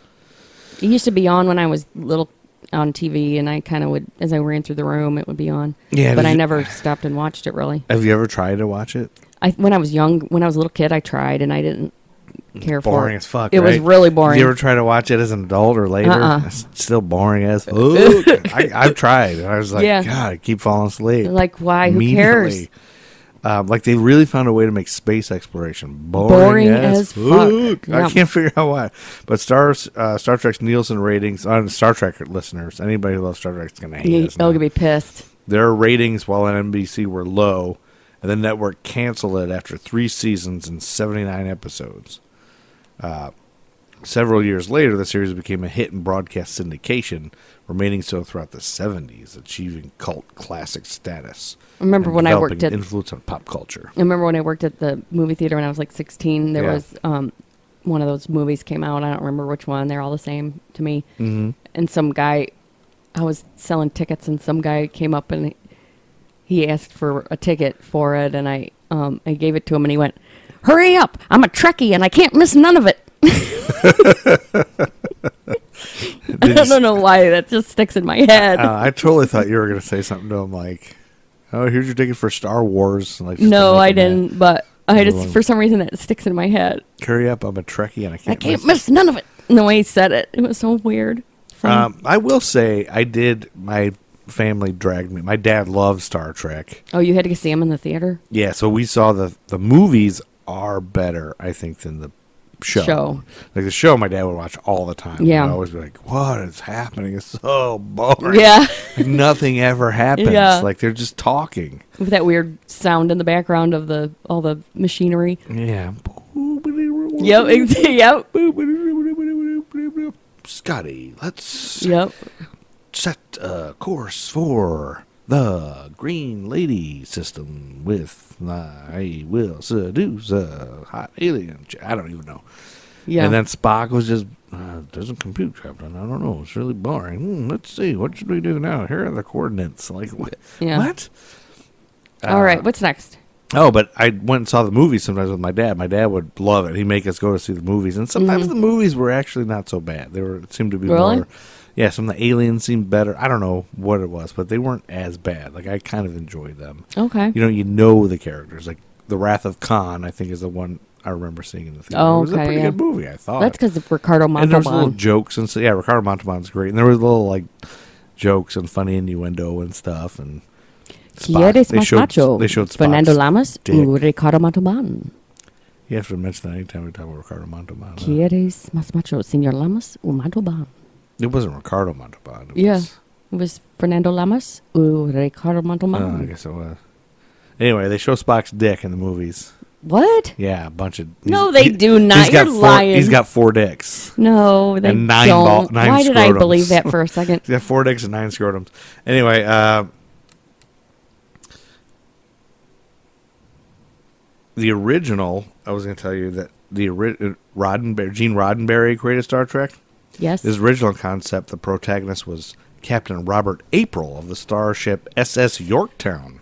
D: It used to be on when I was little on TV, and I kind of would, as I ran through the room, it would be on.
F: Yeah,
D: but
F: did
D: I
F: you-
D: never stopped and watched it really.
F: Have you ever tried to watch it?
D: I when I was young, when I was a little kid, I tried and I didn't care for
F: Boring
D: it.
F: as fuck.
D: It was
F: right?
D: really boring.
F: You ever try to watch it as an adult or later?
D: Uh-uh.
F: It's still boring as fuck. I, I've tried. And I was like,
D: Yeah.
F: God, I keep falling asleep.
D: Like, why? Who cares?
F: Immediately. Um, like they really found a way to make space exploration boring,
D: Boring
F: as,
D: as fuck.
F: fuck.
D: Yeah.
F: I can't figure out why. But stars, uh, Star Trek's Nielsen ratings on Star Trek listeners, anybody who loves Star Trek's gonna hate
D: You-
F: us
D: They'll
F: now.
D: be pissed.
F: Their ratings while on NBC were low, and the network canceled it after three seasons and 79 episodes. Uh, several years later, the series became a hit in broadcast syndication, remaining so throughout the 70s, achieving cult classic status.
D: I remember
F: and
D: when I
F: developing
D: worked at-
F: influence on pop culture.
D: I remember when I worked at the movie theater when I was like 16, there
F: Yeah.
D: was um, one of those movies came out. I don't remember which one. They're all the same to me. Mm-hmm. And some guy, I was selling tickets, and some guy came up and he asked for a ticket for it, and I um, I gave it to him, and he went, "Hurry up! I'm a Trekkie, and I can't miss none of it." I don't know why that just sticks in my head.
F: Uh, I totally thought you were going to say something to him like, "Oh, here's your ticket for Star Wars." Like, just
D: no,
F: to make
D: I
F: him mad.
D: didn't, but I just
F: Everyone-
D: for some reason that sticks in my head.
F: Hurry up! I'm a Trekkie and I
D: I
F: can't.
D: can't
F: wait.
D: miss none of it. And the way he said it, it was so weird. From-
F: Um, I will say I did. My family dragged me. My dad loves Star Trek.
D: oh, you had to go see him in the theater?
F: Yeah, so we saw the the movies are better, I think, than the show.
D: Show.
F: Like the show, my dad would watch all the time.
D: Yeah.
F: I'd always be like, "What is happening? It's so boring.
D: Yeah.
F: Like, nothing ever happens.
D: Yeah.
F: Like they're just talking.
D: With that weird sound in the background of the all the machinery.
F: Yeah.
D: Yep, ex- yep,
F: Scotty, let's
D: yep.
F: set a course for the Green Lady system with I will seduce a hot alien. ch- I don't even know.
D: Yeah.
F: And then Spock was just, uh, doesn't compute, Captain. I don't know. It's really boring. Hmm, let's see. What should we do now? Here are the coordinates. Like, what?
D: Yeah.
F: What?
D: all
F: uh,
D: right, what's next?
F: Oh, but I went and saw the movies sometimes with my dad. My dad would love it. He'd make us go to see the movies, and sometimes the movies were actually not so bad. They were seemed to be
D: Mm-hmm. Really?
F: more. Yeah, some of the aliens seemed better. I don't know what it was, but they weren't as bad. Like I kind of enjoyed them.
D: Okay.
F: You know, you know the characters. Like the Wrath of Khan, I think is the one I remember seeing in the theater.
D: Oh,
F: it was a
D: okay,
F: pretty
D: yeah.
F: good movie. I thought
D: That's because of Ricardo
F: uh, and there was little
D: Montalban.
F: jokes and so, yeah, Ricardo Montalban's great, and there was little like jokes and funny innuendo and stuff, and
D: ¿Quieres
F: They
D: más
F: showed-
D: macho?
F: they showed spots.
D: Fernando Lamas,
F: Dick. Uh,
D: Ricardo Montalban.
F: You have to mention that anytime we talk about Ricardo Montalban. huh?
D: ¿Quieres más macho? Señor Lamas o Montalban.
F: It wasn't Ricardo Montalban. It
D: Yeah.
F: was-
D: It was Fernando Lamas o Ricardo
F: Oh, I
D: Montalban.
F: guess it was. Anyway, they show Spock's dick in the movies.
D: what?
F: Yeah, a bunch of.
D: No,
F: he's-
D: they do not.
F: He's got
D: You're
F: four,
D: lying.
F: He's got four dicks.
D: No, they
F: And nine
D: don't.
F: ball- nine
D: Why did I
F: scrotums.
D: believe that for a second?
F: He's got four dicks and nine scrotums. Anyway, uh, the original. I was going to tell you that the ori- Roddenberry, Gene Roddenberry created Star Trek.
D: Yes.
F: His original concept, the protagonist was Captain Robert April of the starship SS Yorktown.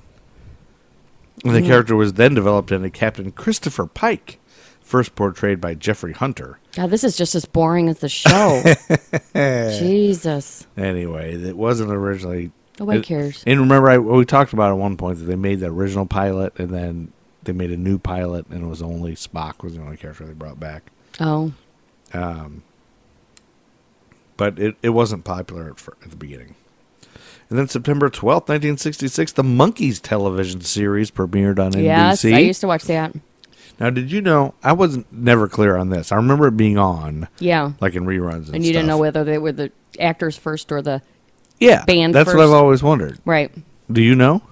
F: And the character was then developed into Captain Christopher Pike, first portrayed by Jeffrey Hunter.
D: God, this is just as boring as the show. Jesus.
F: Anyway, it wasn't originally.
D: Nobody
F: it-
D: cares.
F: And remember, I, we talked about at one point that they made the original pilot, and then they made a new pilot, and it was only Spock was the only character they brought back.
D: Oh,
F: but it, it wasn't popular at, fir- at the beginning. And then September 12th, 1966, the Monkeys television series premiered on
D: yes. I
F: NBC.
D: used to watch that.
F: now, did you know? I wasn't never clear on this. I remember it being on,
D: Yeah.
F: like in reruns and,
D: and you didn't know
F: stuff.
D: whether they were the actors first or the
F: Yeah,
D: band
F: that's what I've
D: first.
F: always wondered.
D: right.
F: Do you know?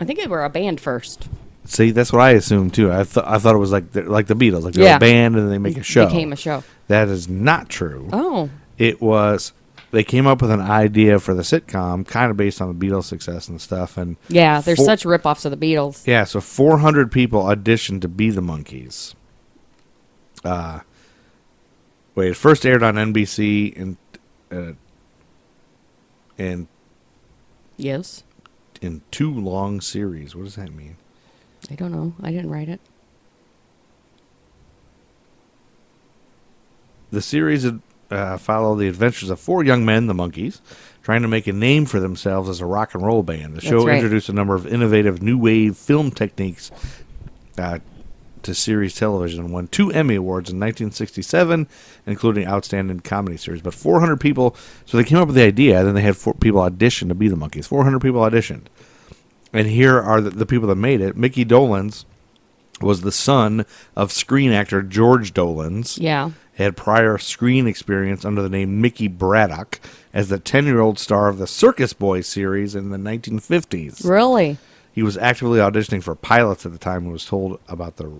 D: I think they were a band first.
F: See, that's what I assumed too. I thought I thought it was like the, like the Beatles, like they're
D: Yeah.
F: a band and they make a show.
D: Became a show.
F: That is not true.
D: Oh,
F: it was they came up with an idea for the sitcom, kind of based on the Beatles' success and stuff. And
D: yeah. They're
F: four-
D: such ripoffs of the Beatles.
F: yeah. So four hundred people auditioned to be the monkeys. Uh, wait, it first aired on NBC in uh, in
D: Yes.
F: in two long series. What does that mean?
D: I don't know. I didn't write it.
F: The series uh, follow the adventures of four young men, the monkeys, trying to make a name for themselves as a rock and roll band. The show
D: right.
F: introduced a number of innovative new wave film techniques uh, to series television and won two Emmy Awards in 1967, including Outstanding Comedy Series. But 400 people, so they came up with the idea, then they had four people audition to be the monkeys. 400 people auditioned. And here are the, the people that made it. Mickey Dolans was the son of screen actor George Dolans
D: Yeah.
F: had prior screen experience under the name Mickey Braddock as the 10 year old star of the Circus Boy series in the 1950s.
D: Really?
F: He was actively auditioning for pilots at the time and was told about the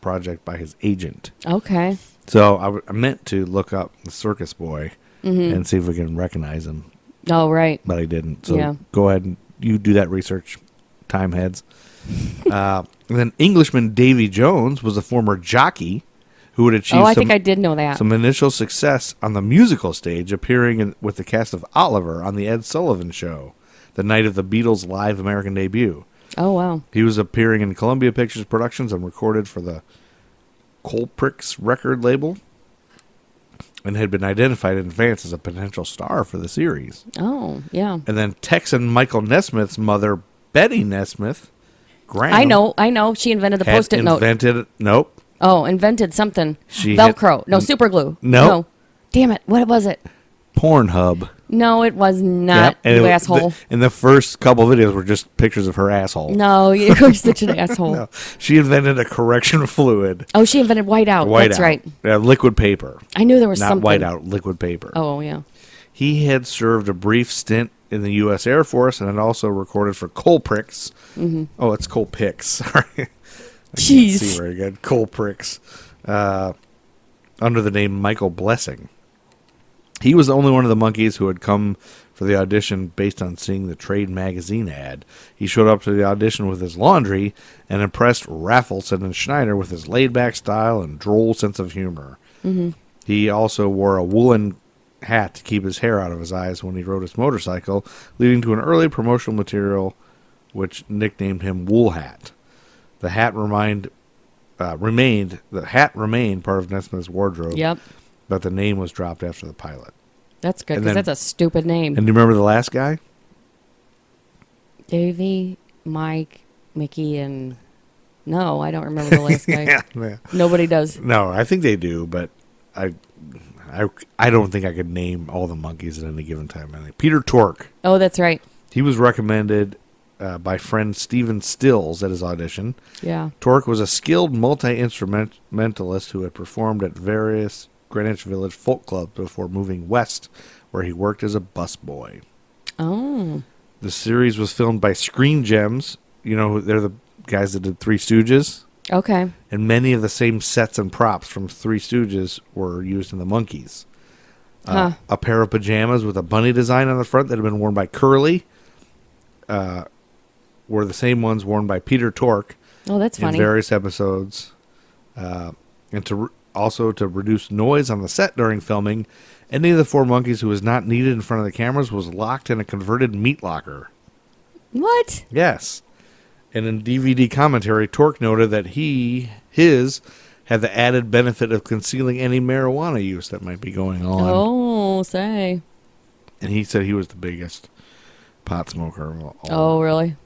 F: project by his agent.
D: Okay.
F: So I, w- I meant to look up the Circus Boy
D: Mm-hmm.
F: and see if we can recognize him,
D: Oh, right.
F: but I didn't. So
D: Yeah.
F: go ahead and you do that research, time heads. uh, and then Englishman Davy Jones was a former jockey who would achieve
D: Oh, I
F: some-
D: think I did know that.
F: some initial success on the musical stage, appearing in, with the cast of Oliver on The Ed Sullivan Show, the night of the Beatles' live American debut.
D: oh, wow.
F: He was appearing in Columbia Pictures Productions and recorded for the Colpricks record label and had been identified in advance as a potential star for the series.
D: Oh, yeah.
F: And then Texan Michael Nesmith's mother, Betty Nesmith, Graham,
D: I know. I know. She invented the
F: um, had
D: post-it note.
F: invented, nope,
D: Oh, invented something.
F: She had-
D: Velcro. no, super glue.
F: No.
D: No. Damn it. What was it?
F: Pornhub.
D: No, it was not,
F: Yep, and
D: you
F: it-
D: asshole.
F: The, and the first couple of videos were just pictures of her asshole.
D: no, you were such an asshole.
F: No. She invented a correction fluid.
D: Oh, she invented whiteout.
F: Whiteout.
D: That's right.
F: Yeah, liquid paper.
D: I knew there was
F: Not
D: something.
F: whiteout, liquid paper.
D: Oh, yeah.
F: He had served a brief stint in the U.S. Air Force and had also recorded for Colpricks.
D: Mm-hmm.
F: Oh, it's Colpix. Sorry. See
D: Jeez.
F: very good. Colpricks. Uh, under the name Michael Blessing. He was the only one of the monkeys who had come for the audition based on seeing the trade magazine ad. He showed up to the audition with his laundry and impressed Raffleson and Schneider with his laid back style and droll sense of humor. He also wore a woolen hat to keep his hair out of his eyes when he rode his motorcycle, leading to an early promotional material which nicknamed him Wool Hat. The hat remind, uh, remained the hat remained part of Nesmith's wardrobe.
D: Yep.
F: But the name was dropped after the pilot.
D: That's good
F: And
D: because
F: then-
D: that's a stupid name.
F: And do you remember the last guy?
D: Davy, Mike, Mickey, and. No, I don't remember the last guy.
F: Yeah.
D: Nobody does.
F: No, I think they do, but I, I, I don't think I could name all the monkeys at any given time. I think Peter Tork.
D: Oh, that's right.
F: He was recommended uh, by friend Stephen Stills at his audition.
D: Yeah.
F: Torque was a skilled multi instrumentalist who had performed at various Greenwich Village folk clubs before moving west, where he worked as a busboy.
D: Oh.
F: The series was filmed by Screen Gems. You know, they're the guys that did Three Stooges.
D: Okay.
F: And many of the same sets and props from Three Stooges were used in The Monkeys. Uh,
D: Huh.
F: A pair of pajamas with a bunny design on the front that had been worn by Curly uh, were the same ones worn by Peter Tork
D: Oh, that's funny.
F: in various episodes, uh, and to re- also to reduce noise on the set during filming. Any of the four monkeys who was not needed in front of the cameras was locked in a converted meat locker.
D: what?
F: Yes, and in DVD commentary, Torque noted that he his had the added benefit of concealing any marijuana use that might be going on,
D: Oh, say.
F: and he said he was the biggest pot smoker. Of all.
D: Oh, really?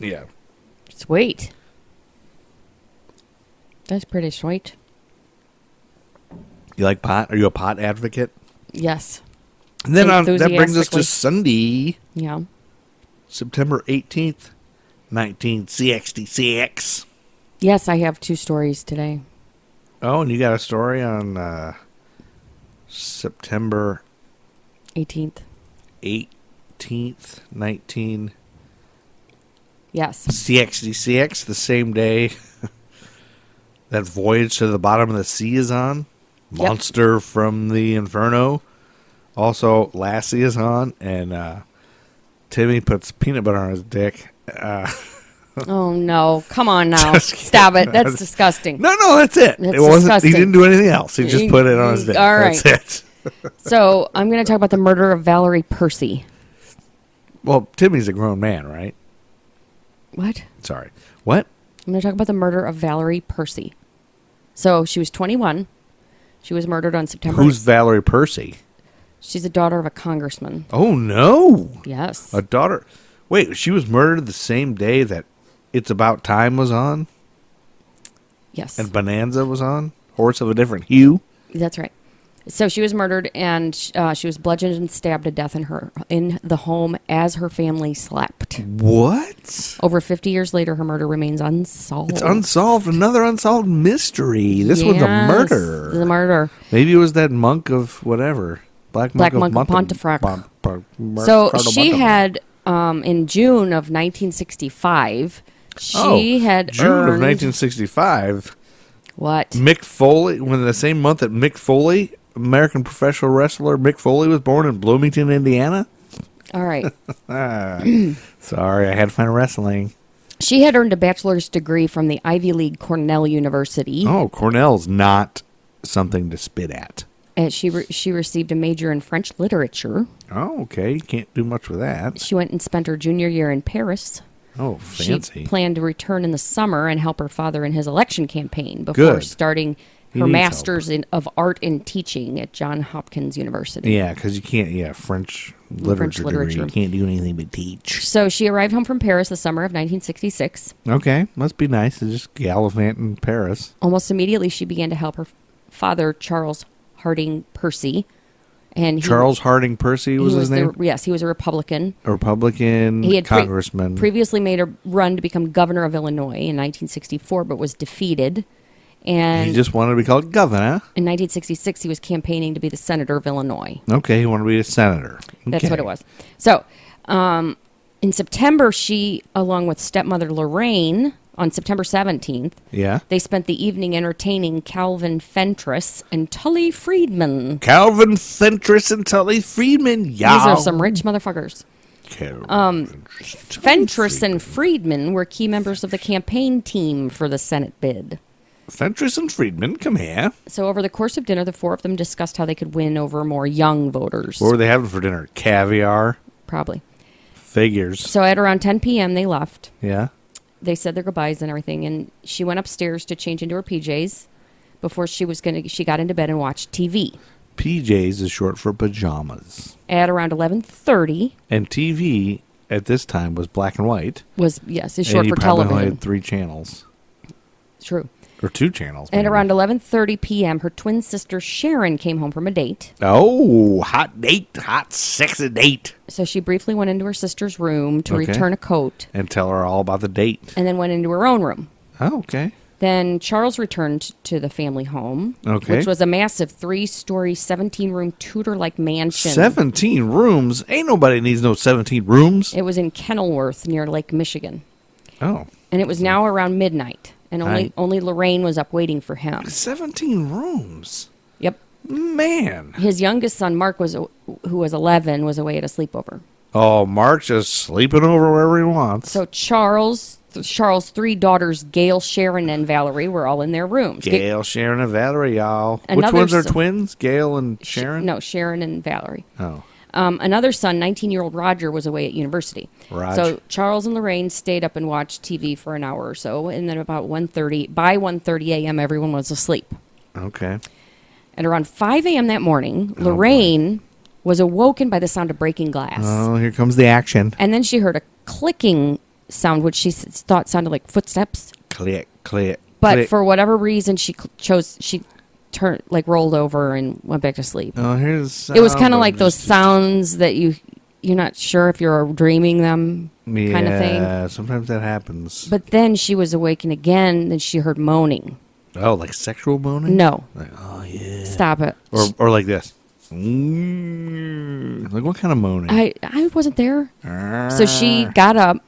F: yeah.
D: Sweet. That's pretty sweet.
F: You like pot? Are you a pot advocate?
D: Yes.
F: And then on, that brings us
D: Enthusiastically.
F: to Sunday.
D: Yeah.
F: September 18th, 1966.
D: Yes, I have two stories today.
F: Oh, and you got a story on uh, September
D: 18th.
F: 18th, 1966,
D: Yes.
F: the same day that Voyage to the Bottom of the Sea is on.
D: Yep.
F: Monster from the Inferno. Also, Lassie is on, and uh, Timmy puts peanut butter on his dick. Uh,
D: Oh no! Come on now! Stop it! That's disgusting.
F: no, no, that's it.
D: That's
F: it wasn't.
D: disgusting.
F: He didn't do anything else. He just
D: You-
F: put it on his
D: you-
F: dick.
D: all
F: That's
D: right.
F: it.
D: So I'm going to talk about the murder of Valerie Percy.
F: Well, Timmy's a grown man, right?
D: What?
F: Sorry. What?
D: I'm going to talk about the murder of Valerie Percy. So she was 21. She was murdered on September.
F: Who's Valerie Percy?
D: She's a daughter of a congressman.
F: Oh no.
D: Yes.
F: A daughter. Wait, she was murdered the same day that It's About Time was on
D: yes.
F: and Bonanza was on. Horse of a different hue.
D: That's right. So she was murdered, and uh, she was bludgeoned and stabbed to death in her in the home as her family slept.
F: Mm. What?
D: Over 50 years later, her murder remains unsolved.
F: It's unsolved. Another unsolved mystery. This was a
D: Yes,
F: murder.
D: The murder.
F: Maybe it was that monk of whatever. Black
D: Black
F: monk of
D: monk of
F: Monte-
D: Pontefract.
F: Bon- Bon- Mar-
D: So
F: Cardinal
D: she
F: Monte-
D: had, um, in June of 1965, she
F: Oh,
D: had
F: June
D: earned,
F: of Mm. 1965.
D: what?
F: Mick Foley, when the same month that Mick Foley, American professional wrestler Mick Foley, was born in Bloomington, Indiana.
D: All right.
F: Sorry, I had fun wrestling.
D: She had earned a bachelor's degree from the Ivy League Cornell University,
F: Oh, Cornell's not something to spit at.
D: and she re- she received a major in French literature.
F: Oh, okay. Can't do much with that.
D: She went and spent her junior year in Paris.
F: Oh, fancy.
D: She planned to return in the summer and help her father in his election campaign before
F: Good.
D: starting
F: He
D: her
F: needs
D: master's in, of art in teaching at John Hopkins University.
F: yeah, because you can't. Yeah, French literature. degree.
D: literature.
F: You can't do anything but teach.
D: So she arrived home from Paris the summer of 1966.
F: Okay, must be nice to just gallivant in Paris.
D: Almost immediately, she began to help her father, Charles Harding Percy, and he,
F: Charles Harding Percy
D: he
F: was, his
D: the-
F: name.
D: yes, he was a Republican.
F: a Republican
D: He had pre-
F: congressman.
D: previously made a run to become governor of Illinois in 1964, but was defeated. And
F: he just wanted to be called governor.
D: in 1966, he was campaigning to be the senator of Illinois.
F: Okay, he wanted to be a senator.
D: That's
F: Okay.
D: what it was. So, um, in September, she, along with stepmother Lorraine, on September 17th,
F: Yeah.
D: they spent the evening entertaining Calvin Fentress and Tully Friedman.
F: Calvin Fentress and Tully Friedman. Yeah.
D: These are some rich motherfuckers.
F: Um,
D: Fentress and Friedman were key members of the campaign team for the Senate bid.
F: Fentress and Friedman, come here.
D: So, over the course of dinner, the four of them discussed how they could win over more young voters.
F: What were they having for dinner? Caviar.
D: Probably.
F: Figures.
D: So, at around 10 p.m., they left.
F: Yeah.
D: they said their goodbyes and everything and she went upstairs to change into her pjs before she was gonna she got into bed and watched tv
F: PJs is short for pajamas.
D: at around 11.30
F: And TV at this time was black and white.
D: was yes is short
F: and he
D: for
F: probably only
D: television
F: had three channels.
D: true
F: or two channels.
D: And
F: maybe.
D: around 11:30 p.m., her twin sister Sharon came home from a date.
F: oh, hot date, hot sexy date,
D: So she briefly went into her sister's room to
F: Okay.
D: return a coat
F: and tell her all about the date.
D: and then went into her own room.
F: Oh, okay.
D: Then Charles returned to the family home,
F: Okay.
D: which was a massive three-story, 17-room Tudor-like mansion.
F: Seventeen rooms. Ain't nobody needs no seventeen rooms.
D: It was in Kenilworth near Lake Michigan,
F: oh.
D: and it was now around midnight, and only
F: Right.
D: only Lorraine was up waiting for him.
F: 17 rooms.
D: Yep.
F: Man.
D: His youngest son Mark was a- who was 11 was away at a sleepover.
F: Oh, Mark just sleeping over wherever he wants.
D: So Charles, th- Charles' three daughters, Gail, Sharon, and Valerie, were all in their rooms. Ga-
F: Gail, Sharon, and Valerie, y'all. Which
D: Another
F: ones are
D: son-
F: twins? Gail and
D: Sh-
F: Sharon?
D: No, Sharon and Valerie.
F: Oh.
D: Um, another son, 19-year-old Roger, was away at university.
F: Rog.
D: So Charles and Lorraine stayed up and watched TV for an hour or so, and then about 1.30, by 1.30 a.m., everyone was asleep.
F: Okay.
D: And around 5 a.m. that
F: Oh,
D: morning, Lorraine was awoken by the sound of breaking glass.
F: Oh, here comes the action.
D: And then she heard a clicking sound, which she s- thought sounded like footsteps.
F: Click, click.
D: But
F: click.
D: for whatever reason, she cl- chose, she turned, like rolled over and went back to sleep.
F: Oh, here's.
D: it was kind of like those sounds that you, you're not sure if you're dreaming them
F: yeah,
D: kind of thing.
F: sometimes that happens.
D: But then she was awakened again, and she heard moaning.
F: oh, like sexual boning?
D: No. Stop it.
F: oh, Or, or like this. Mm. Like what kind of moaning?
D: I, I wasn't there. So she got up,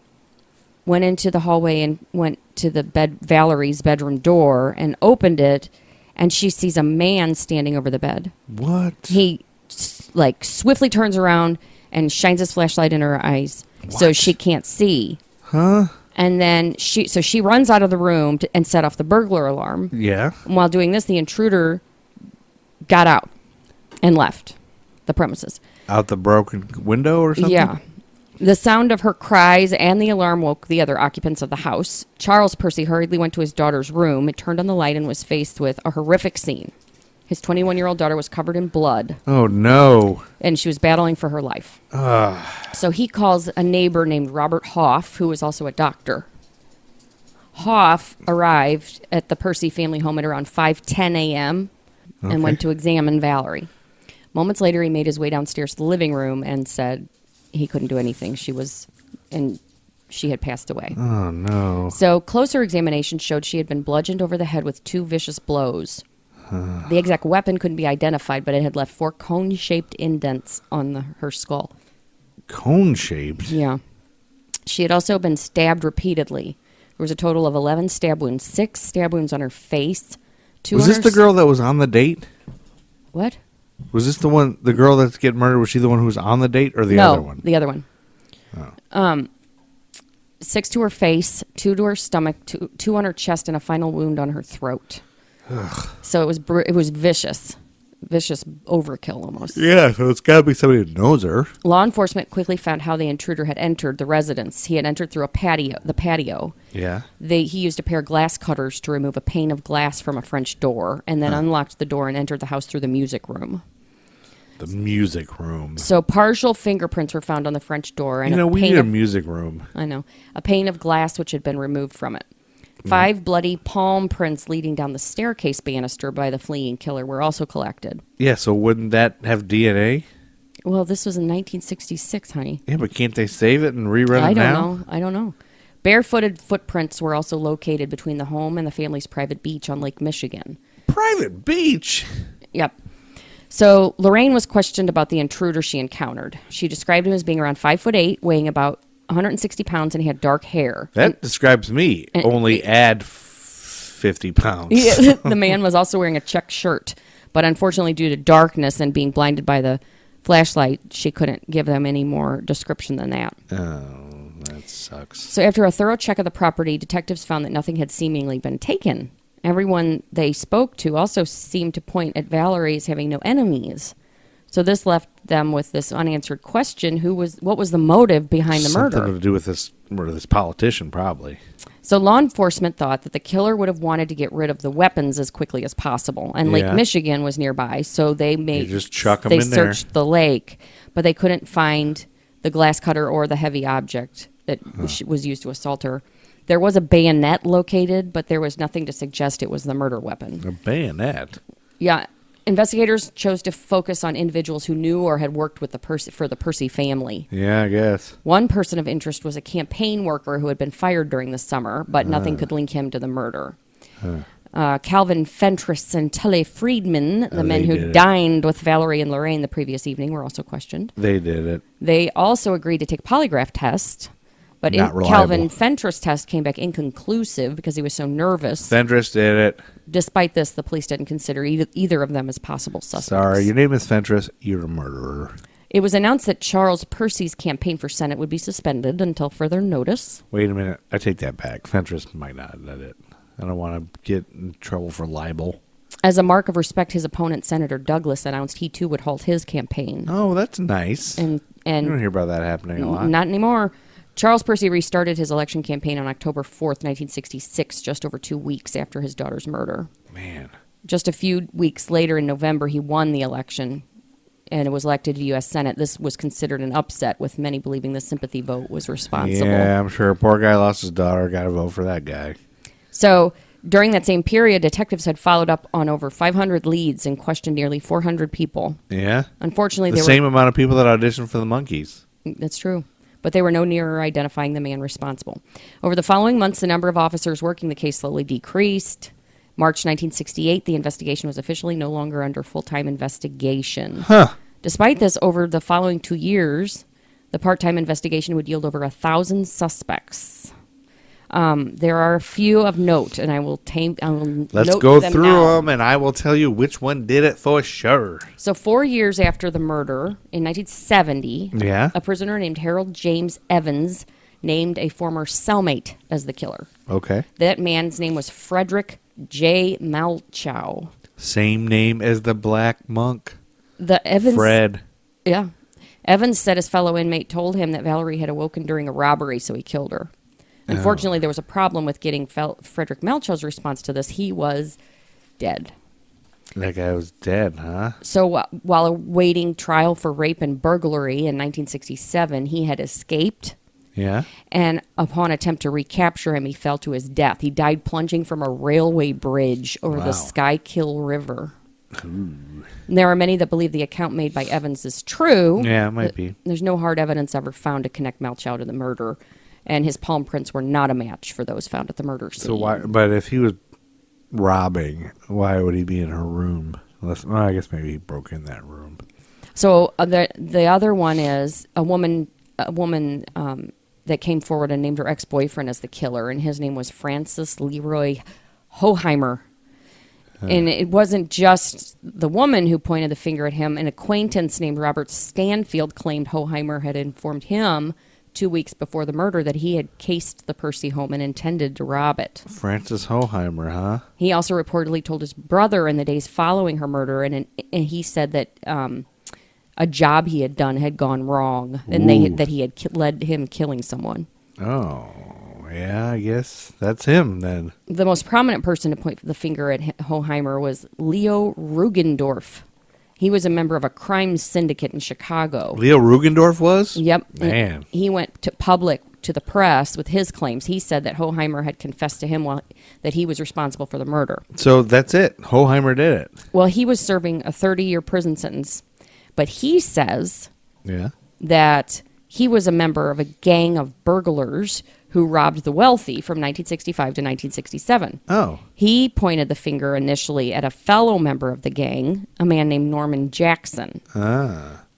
D: went into the hallway, and went to the bed Valerie's bedroom door and opened it, and she sees a man standing over the bed.
F: what?
D: He s- like swiftly turns around and shines his flashlight in her eyes, so
F: What?
D: she can't see. Huh? And then she so she runs out of the room to, and set off the burglar alarm.
F: yeah.
D: And while doing this, the intruder got out and left the premises.
F: Out the broken window or something?
D: Yeah. The sound of her cries and the alarm woke the other occupants of the house. Charles Percy hurriedly went to his daughter's room, turned on the light, and was faced with a horrific scene. His 21 year old daughter was covered in blood,
F: Oh, no.
D: and she was battling for her life. So he calls a neighbor named Robert Hoff, who was also a doctor. Hoff arrived at the Percy family home at around 5:10 a.m. and went to examine Valerie. Moments later, he made his way downstairs to the living room and said he couldn't do anything. She was, and she had passed away.
F: Oh, no.
D: So, closer examination showed she had been bludgeoned over the head with two vicious blows. the exact weapon couldn't be identified, but it had left four cone shaped indents on the, her skull.
F: Cone shaped.
D: Yeah. She had also been stabbed repeatedly. There was a total of 11 stab wounds, six stab wounds on her face. Two
F: Was
D: on
F: this
D: her
F: the
D: s-
F: girl that was on the date?
D: What?
F: Was this the one, the girl that's getting murdered? Was she the one who was on the date or the
D: no,
F: other one? Oh.
D: the other one. Um, six to her face, two to her stomach, two, two on her chest, and a final wound on her throat. So it was br- it was vicious, vicious overkill almost.
F: yeah, so it's got to be somebody who knows her.
D: Law enforcement quickly found how the intruder had entered the residence. He had entered through a patio, the patio.
F: Yeah.
D: They, he used a pair of glass cutters to remove a pane of glass from a French door, and then unlocked the door and entered the house through the music room.
F: The music room.
D: So partial fingerprints were found on the French door, and
F: You
D: a
F: know, we
D: pane
F: need a
D: of
F: music room.
D: I know. A pane of glass which had been removed from it.
F: Mm-hmm.
D: Five bloody palm prints leading down the staircase banister by the fleeing killer were also collected.
F: Yeah, so wouldn't that have DNA?
D: Well, this was in 1966, honey.
F: Yeah, but can't they save it and rerun
D: I
F: it
D: don't
F: now?
D: know. I don't know. Barefooted footprints were also located between the home and the family's private beach on Lake Michigan.
F: Private beach.
D: Yep. So Lorraine was questioned about the intruder she encountered. She described him as being around five foot eight, weighing about 160 pounds, and he had dark hair.
F: That describes me. Only add f- fifty pounds.
D: Yeah, the man was also wearing a check shirt, but unfortunately, due to darkness and being blinded by the flashlight, she couldn't give them any more description than that.
F: Oh, that sucks.
D: So, after a thorough check of the property, detectives found that nothing had seemingly been taken. Everyone they spoke to also seemed to point at Valerie's having no enemies. So this left them with this unanswered question: Who was? What was the motive behind the
F: Something
D: murder?
F: to do with this murder, this politician, probably.
D: So law enforcement thought that the killer would have wanted to get rid of the weapons as quickly as possible, and Lake
F: Yeah.
D: Michigan was nearby, so they made
F: You just chuck 'em
D: they
F: in there.
D: searched the lake, but they couldn't find the glass cutter or the heavy object that was was used to assault her. There was a bayonet located, but there was nothing to suggest it was the murder weapon.
F: A bayonet.
D: Yeah. Investigators chose to focus on individuals who knew or had worked with the Percy for the Percy family.
F: Yeah, I guess.
D: One person of interest was a campaign worker who had been fired during the summer, but
F: Uh.
D: nothing could link him to the murder. Uh, Calvin Fentress and Tully Friedman, the
F: Oh,
D: men
F: they
D: who
F: did it.
D: dined with Valerie and Lorraine the previous evening, were also questioned.
F: They did it.
D: They also agreed to take a polygraph test, but
F: Not
D: in- Calvin
F: reliable.
D: Fentress' test came back inconclusive because he was so nervous.
F: Fentress did it.
D: Despite this, the police didn't consider either, either of them as possible suspects.
F: Sorry, your name is Fentress. You're a murderer.
D: It was announced that Charles Percy's campaign for Senate would be suspended until further notice.
F: Wait a minute. I take that back. Fentress might not have done it. I don't want to get in trouble for libel.
D: As a mark of respect, his opponent, Senator Douglas, announced he too would halt his campaign.
F: Oh, that's nice.
D: And,
F: you don't
D: and
F: hear about that happening a lot.
D: not anymore. Charles Percy restarted his election campaign on October 4th, 1966, just over two weeks after his daughter's murder.
F: Man.
D: Just a few weeks later in November, he won the election and was elected to the U.S. Senate. This was considered an upset, with many believing the sympathy vote was responsible.
F: Yeah, I'm sure. Poor guy lost his daughter. Got to vote for that guy.
D: So during that same period, detectives had followed up on over 500 leads and questioned nearly 400 people.
F: Yeah.
D: Unfortunately,
F: The
D: they
F: same amount of people that auditioned for the monkeys.
D: were that's true. But they were no nearer identifying the man responsible. Over the following months, the number of officers working the case slowly decreased. March 1968, the investigation was officially no longer under full time investigation. Despite this, over the following two years, the part time investigation would yield over a thousand suspects. Um, there are a few of note, and I will tame. I will
F: Let's
D: note
F: go
D: them
F: through
D: down.
F: them, and I will tell you which one did it for sure.
D: So, four years after the murder in 1970,
F: Yeah.
D: a prisoner named Harold James Evans named a former cellmate as the killer.
F: Okay.
D: That man's name was Frederick J. Malchow.
F: Same name as the black monk,
D: The Evans,
F: Fred.
D: yeah, Evans said his fellow inmate told him that Valerie had awoken during a robbery, so he killed her.
F: Oh.
D: Unfortunately, there was a problem with getting Fel- Frederick Malchow's response to this. He was dead.
F: That guy was dead, huh?
D: So uh, while awaiting trial for rape and burglary in 1967, he had escaped.
F: Yeah.
D: And upon attempt to recapture him, he fell to his death. He died plunging from a railway bridge over
F: Wow.
D: the Skykill River. And There are many that believe the account made by Evans is true.
F: Yeah, it might be.
D: There's no hard evidence ever found to connect Malchow to the murder, and his palm prints were not a match for those found at the murder scene.
F: So why? But if he was robbing, why would he be in her room? Unless, well, I guess maybe he broke in that room.
D: So uh, the the other one is a woman a woman um, that came forward and named her ex boyfriend as the killer, and his name was Francis Leroy Hoheimer. And it wasn't just the woman who pointed the finger at him. An acquaintance named Robert Stanfield claimed Hoheimer had informed him two weeks before the murder that he had cased the Percy home and intended to rob it.
F: Francis Hoheimer, huh?
D: He also reportedly told his brother in the days following her murder, and, and he said that um, a job he had done had gone wrong, and they,
F: Ooh.
D: that he had ki- led him killing someone.
F: Oh, yeah. I guess that's him then.
D: The most prominent person to point the finger at H- Hoheimer was Leo Rugendorf. He was a member of a crime syndicate in Chicago.
F: Leo Rugendorf was.
D: Yep.
F: Man.
D: He, he went to public to the press with his claims. He said that Hoheimer had confessed to him while, that he was responsible for the murder.
F: So that's it. Hoheimer did it.
D: Well, he was serving a 30 year prison sentence, but he says
F: Yeah.
D: that he was a member of a gang of burglars who robbed the wealthy from 1965 to 1967.
F: Oh.
D: He pointed the finger initially at a fellow member of the gang, a man named Norman Jackson.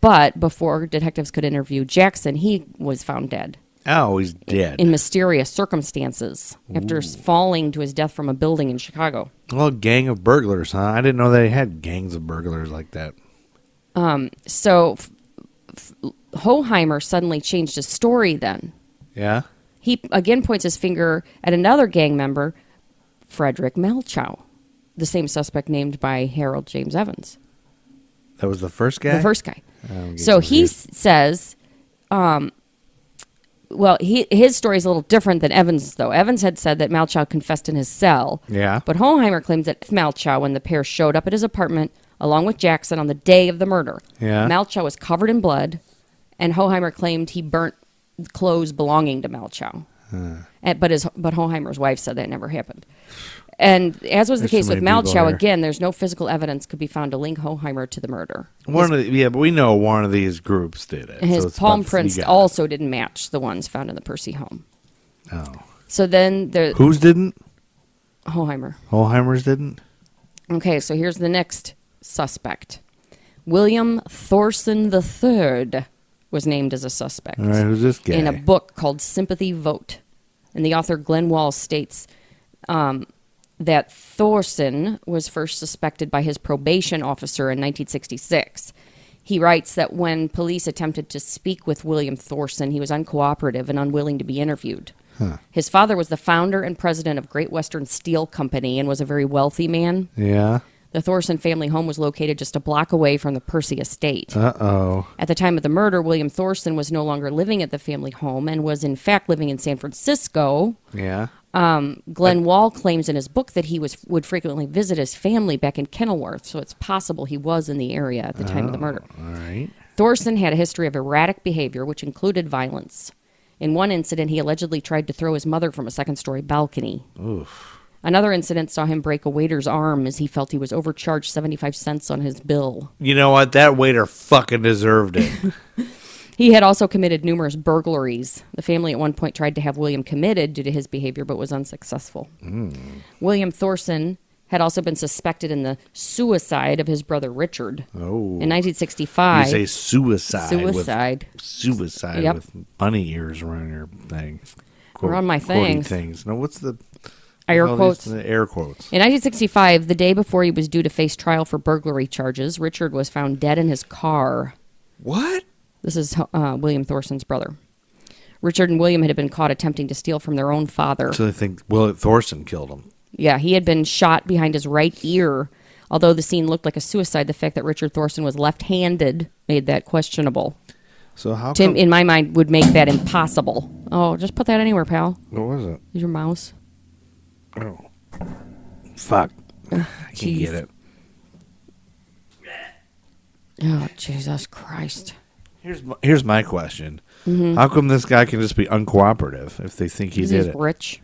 D: But before detectives could interview Jackson, he was found dead
F: Oh, he's dead.
D: in mysterious circumstances after falling to his death from a building in Chicago.
F: well, gang of burglars, huh? I didn't know they had gangs of burglars like that.
D: So f- f- Hoheimer suddenly changed his story then.
F: Yeah.
D: He again points his finger at another gang member, Frederick Malchow, the same suspect named by Harold James Evans,
F: That was the first guy.
D: the first guy. So he s- says, um, well, he, his story is a little different than Evans, though. Evans had said that Malchow confessed in his cell.
F: Yeah.
D: But Hoheimer claims that Malchow, when the pair showed up at his apartment along with Jackson on the day of the murder,
F: Yeah.
D: Malchow was covered in blood, and Hoheimer claimed he burnt clothes belonging to Malchow. And- but his but Hoheimer's wife said that never happened. And as was the
F: There's
D: case
F: so
D: with
F: many people
D: Malchow,
F: here.
D: again, there's no physical evidence could be found to link Hoheimer to the murder.
F: One of the, yeah, but we know one of these groups did it.
D: And his
F: so it's
D: palm
F: about- you
D: prints
F: got it.
D: also didn't match the ones found in the Percy home.
F: Oh.
D: So then there
F: Whose didn't?
D: Hoheimer.
F: Holheimer's didn't.
D: Okay, so here's the next suspect. William Thorson III was named as a suspect
F: All right, who's this guy?
D: in a book called Sympathy Vote. And the author Glenn Wall states um, that Thorson was first suspected by his probation officer in 1966. He writes that when police attempted to speak with William Thorson, he was uncooperative and unwilling to be interviewed. His father was the founder and president of Great Western Steel Company and was a very wealthy man.
F: yeah.
D: The Thorson family home was located just a block away from the Percy estate.
F: Uh oh.
D: At the time of the murder, William Thorson was no longer living at the family home and was, in fact, living in San Francisco.
F: Yeah.
D: Glenn Wall claims in his book that he was would frequently visit his family back in Kenilworth, so it's possible he was in the area at the time of the murder.
F: Oh, All right.
D: Thorson had a history of erratic behavior, which included violence. In one incident, he allegedly tried to throw his mother from a second story balcony. Another incident saw him break a waiter's arm as he felt he was overcharged 75 cents on his bill.
F: You know what? That waiter fucking deserved it.
D: He had also committed numerous burglaries. The family at one point tried to have William committed due to his behavior, but was unsuccessful. William Thorson had also been suspected in the suicide of his brother Richard.
F: Oh.
D: In
F: you
D: 1965,
F: say suicide.
D: suicide.
F: With, suicide
D: Yep.
F: with bunny ears around your thing.
D: We're on my
F: quoting
D: things.
F: things. No, what's the
D: Air
F: all these-
D: quotes.
F: the air quotes.
D: In 1965, the day before he was due to face trial for burglary charges, Richard was found dead in his car.
F: What?
D: This is uh, William Thorson's brother. Richard and William had been caught attempting to steal from their own father.
F: So they think Will Thorson killed him.
D: Yeah, he had been shot behind his right ear. Although the scene looked like a suicide, the fact that Richard Thorson was left-handed made that questionable.
F: So how
D: Tim, E-
F: come-
D: in my mind, would make that impossible. Oh, just put that anywhere, pal.
F: what was it?
D: Is your mouse?
F: Oh. Fuck. I can't
D: jeez.
F: get it.
D: Oh, Jesus Christ!
F: Here's my, here's my question. How come this guy can just be uncooperative if they think he
D: Mm-hmm. He's
F: did it?
D: rich.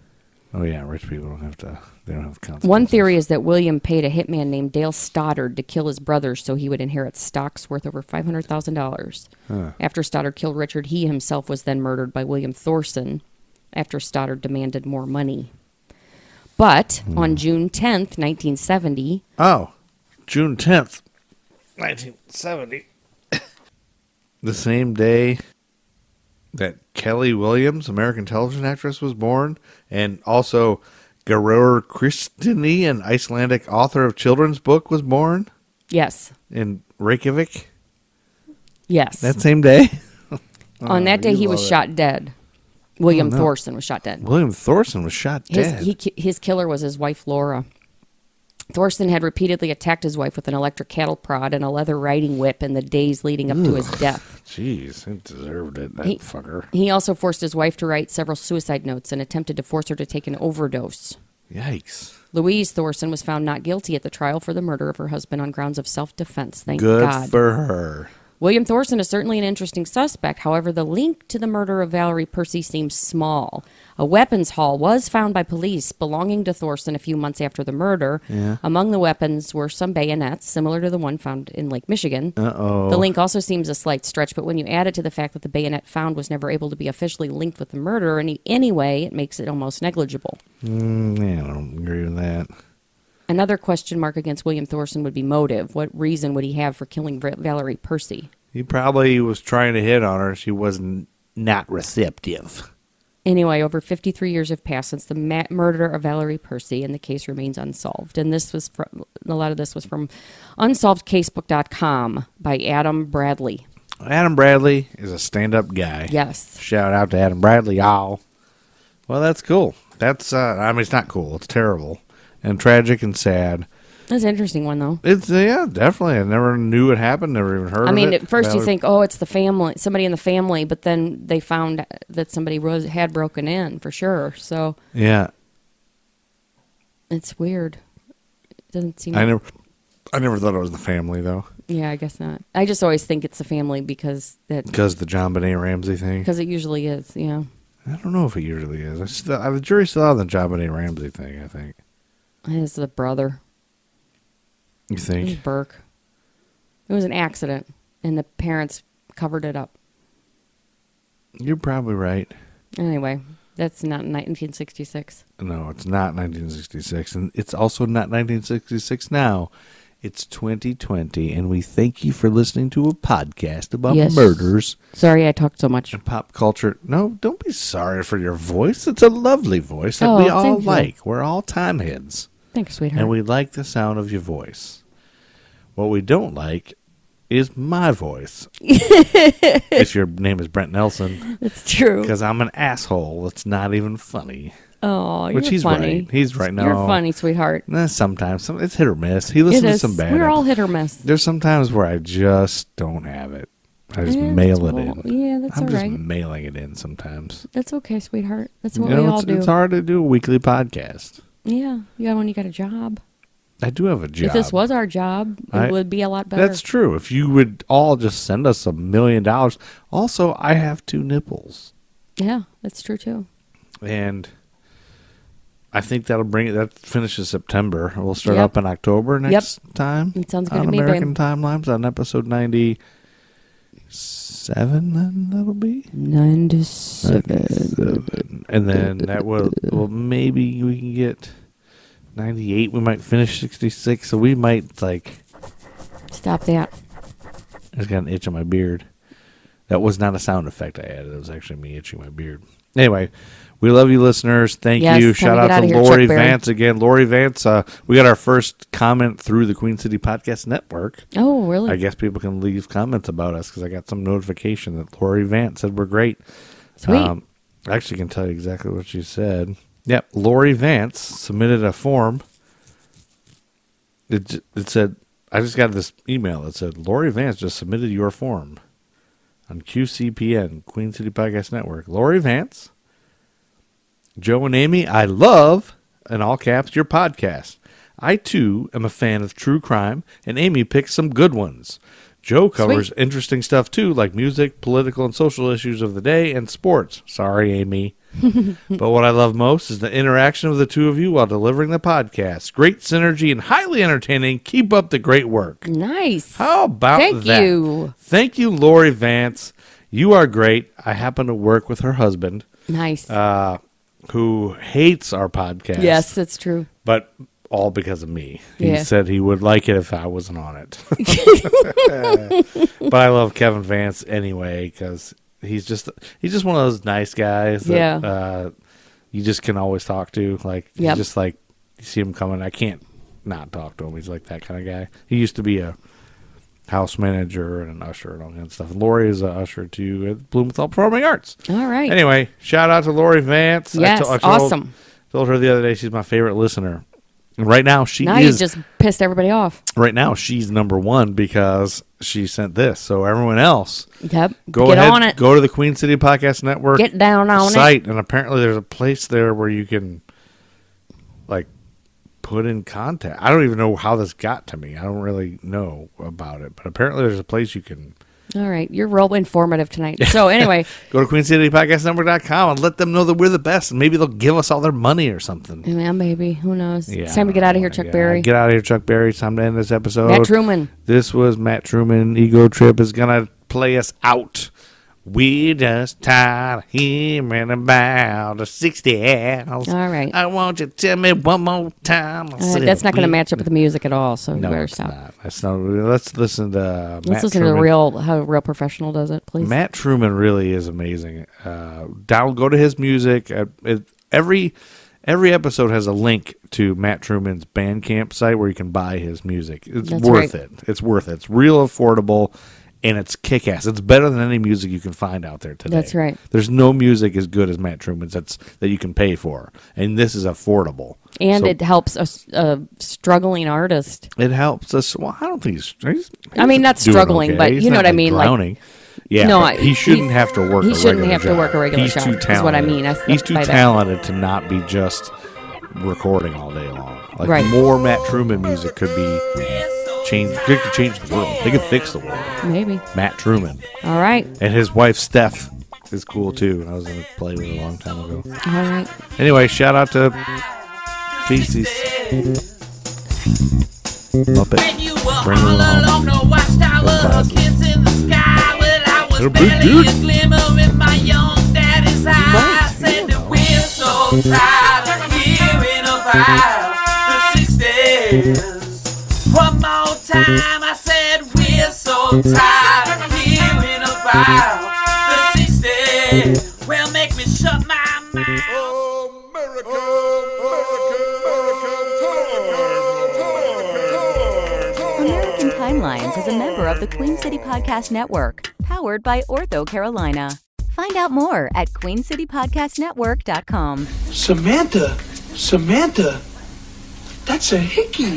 F: Oh yeah, rich people don't have to. They don't have consequences.
D: One theory is that William paid a hitman named Dale Stoddard to kill his brother so he would inherit stocks worth over five hundred thousand dollars. After Stoddard killed Richard, he himself was then murdered by William Thorson. After Stoddard demanded more money, but
F: Hmm.
D: on June tenth, nineteen seventy,
F: Oh, June tenth, nineteen seventy. the same day that Kelly Williams, American television actress, was born, and also Gerur Kristini, an Icelandic author of children's book, was born
D: yes,
F: in Reykjavik
D: yes,
F: that same day.
D: on that day
F: Oh, you
D: he was
F: love it. Oh,
D: shot dead. William
F: no.
D: Thorson was shot dead.
F: William Thorson was shot
D: His,
F: dead.
D: he, ki- his killer was his wife, Laura. Thorsten had repeatedly attacked his wife with an electric cattle prod and a leather riding whip in the days leading up to his death.
F: Jeez, it deserved it, that
D: He-
F: fucker.
D: He also forced his wife to write several suicide notes and attempted to force her to take an overdose.
F: Yikes.
D: Louise Thorson was found not guilty at the trial for the murder of her husband on grounds of self defense. Thank
F: Good
D: God.
F: for her.
D: William Thorson is certainly an interesting suspect. However, the link to the murder of Valerie Percy seems small. A weapons haul was found by police belonging to Thorson a few months after the murder. Among the weapons were some bayonets, similar to the one found in Lake Michigan.
F: Oh.
D: Uh-oh. The link also seems a slight stretch, but when you add it to the fact that the bayonet found was never able to be officially linked with the murder in any way, it makes it almost negligible.
F: Mm, Yeah, I don't agree with that.
D: Another question mark against William Thorson would be motive. What reason would he have for killing Va- Valerie Percy?
F: He probably was trying to hit on her. She wasn't not receptive.
D: Anyway, over 53 years have passed since the ma- murder of Valerie Percy, and the case remains unsolved. And this was from, a lot of this was from unsolvedcasebook.com by Adam Bradley.
F: Adam Bradley is a stand-up guy.
D: Yes.
F: Shout out to Adam Bradley, y'all. Well, that's cool. That's uh, I mean, it's not cool. It's terrible and tragic and sad.
D: That's an interesting one, though.
F: It's uh, yeah, definitely. I never knew it happened. Never even heard.
D: I
F: of
D: mean,
F: it.
D: at first you
F: Valerie-
D: think, oh, it's the family, somebody in the family, but then they found that somebody was, had broken in for sure. So
F: yeah.
D: it's weird. It doesn't seem.
F: I never, I never thought it was the family though,
D: yeah, I guess not. I just always think it's the family because that
F: because the John Benet Ramsey thing.
D: because it usually is. Yeah.
F: I don't know if he really is. I still, uh, the jury's still out on the JonBenet Ramsey thing. I think.
D: It's the brother. It
F: You
D: was
F: think?
D: Burke. It was an accident, and the parents covered it up.
F: You're probably right.
D: Anyway, that's not 1966.
F: No, it's not 1966, and it's also not 1966 now. It's 2020, and we thank you for listening to a podcast about
D: Yes.
F: murders
D: Sorry, I talked so much.
F: and pop culture. No, don't be sorry for your voice. It's a lovely voice that
D: Oh,
F: we all
D: thank you.
F: like. We're all time heads,
D: Thanks, sweetheart.
F: and we like the sound of your voice. What we don't like is my voice. if your name is Brent Nelson,
D: it's true.
F: because I'm an asshole. That's not even funny.
D: Oh,
F: Which
D: you're
F: he's
D: funny.
F: right. He's right now.
D: You're funny, sweetheart.
F: Eh, sometimes some, it's hit or miss. He
D: It
F: listens to
D: is.
F: some bad.
D: We're all
F: ones.
D: hit or miss.
F: There's some times where I just don't have it. I just
D: Yeah,
F: mail it
D: that's
F: in.
D: all- yeah, that's
F: I'm
D: all
F: just
D: right.
F: mailing it in sometimes.
D: That's okay, sweetheart. That's what
F: you know,
D: we all
F: it's,
D: do.
F: it's hard to do a weekly podcast.
D: Yeah, you got when you got a job.
F: I do have a job.
D: If this was our job, it
F: I-
D: would be a lot better.
F: that's true. If you would all just send us a million dollars. Also, I have two nipples,
D: yeah, that's true too.
F: and I think that'll bring it. That finishes September. We'll start
D: Yep.
F: up in October next time.
D: It sounds good
F: on
D: to me, babe.
F: American Timelines on episode ninety seven. Then that'll be.
D: Nine to seven.
F: and then that will well maybe we can get 98 we might finish 66 so we might like
D: Stop that.
F: i just got an itch on my beard that was not a sound effect i added it was actually me itching my beard anyway we love you listeners thank
D: Yes,
F: you
D: time
F: shout
D: to get
F: out
D: outta
F: to
D: here,
F: lori
D: Chuck Berry.
F: vance again lori vance uh, we got our first comment through the queen city podcast network
D: Oh, really?
F: i guess people can leave comments about us because i got some notification that lori vance said we're great
D: Sweet.
F: um, I actually can tell you exactly what she said. Yep, Lori Vance submitted a form. It j- it said, I just got this email that said Lori Vance just submitted your form on QCPN Queen City Podcast Network. Lori Vance, Joe and Amy, I love in all caps your podcast. I too am a fan of true crime, and Amy picks some good ones. Joe covers interesting stuff too, like music, political, and social issues of the day, and sports. Sorry, Amy. but what I love most is the interaction of the two of you while delivering the podcast. Great synergy and highly entertaining. Keep up the great work.
D: nice.
F: How about
D: Thank
F: that?
D: you.
F: Thank you, Lori Vance. You are great. I happen to work with her husband,
D: Nice.
F: uh, who hates our podcast.
D: yes, that's true.
F: But all because of me. He
D: Yeah.
F: said he would like it if I wasn't on it. but I love Kevin Vance anyway because he's just he's just one of those nice guys that
D: Yeah.
F: uh, you just can always talk to. Like he's
D: Yep.
F: just like you see him coming, I can't not talk to him. He's like that kind of guy. He used to be a house manager and an usher and all that stuff. Lori is a usher too at Blumenthal Performing Arts.
D: All right.
F: Anyway, shout out to Lori Vance. I
D: Yes,
F: to- I
D: awesome.
F: Told her the other day she's my favorite listener. And right now she
D: now you
F: is
D: just pissed everybody off.
F: right now she's number one because she sent this. So everyone else,
D: Yep.
F: go
D: Get
F: ahead,
D: on it.
F: go to the Queen City Podcast Network
D: Get down on it.
F: site, and apparently there's a place there where you can like put in contact. I don't even know how this got to me. I don't really know about it, but apparently there's a place you can
D: All right. You're real informative tonight. So, anyway,
F: go to queencitypodcastnetwork.com and let them know that we're the best, and maybe they'll give us all their money or something.
D: man, baby, who knows?
F: Yeah,
D: it's time to get out of here, Chuck
F: yeah,
D: Berry.
F: Get out of here, Chuck Berry. It's time to end this episode.
D: Matt Truman.
F: This was Matt Truman. Ego Trip is gonna play us out. We just tired of hearing about the sixty hours.
D: All right.
F: I want you to tell me one more time.
D: Uh, that's not going to match up with the music at all. So, you
F: No,
D: better
F: it's
D: stop.
F: not. That's not. Let's listen to. Uh,
D: Let's
F: Matt
D: listen to
F: Truman.
D: the real how a real professional does it, please.
F: Matt Truman really is amazing. Uh, down, go to his music. Uh, it, every every episode has a link to Matt Truman's Bandcamp site where you can buy his music. It's
D: That's
F: worth
D: right.
F: it. It's worth it. It's real affordable, and it's kick ass. It's better than any music you can find out there today.
D: That's right.
F: There's no music as good as Matt Truman's that's that you can pay for, and this is affordable.
D: and
F: So
D: it helps a, s- a struggling artist.
F: it helps us. Well, I don't think he's. he's-
D: I mean, not
F: doing
D: struggling, but
F: He's
D: you know
F: not,
D: what I mean, like-
F: Drowning. yeah,
D: No,
F: no,
D: I-
F: he shouldn't
D: he-
F: have to work.
D: he
F: a
D: shouldn't
F: regular
D: have to
F: job.
D: work a regular
F: he's
D: job,
F: Too
D: is
F: talented.
D: what I mean. I th-
F: he's too
D: by that.
F: talented to not be just recording all day long. Like
D: Right.
F: more Matt Truman music could be changed. They could change the world. They could fix the world.
D: Maybe.
F: Matt Truman
D: All right.
F: and his wife Steph is cool too. I was in a play with it a long time ago.
D: All right.
F: Anyway, shout out to Feces. Muppet. Bring it along. They're big dudes.
A: American Timelines is a member of the Queen City Podcast Network, powered by Ortho Carolina. Find out more at queencitypodcastnetwork.com.
C: Samantha, Samantha, that's a hickey.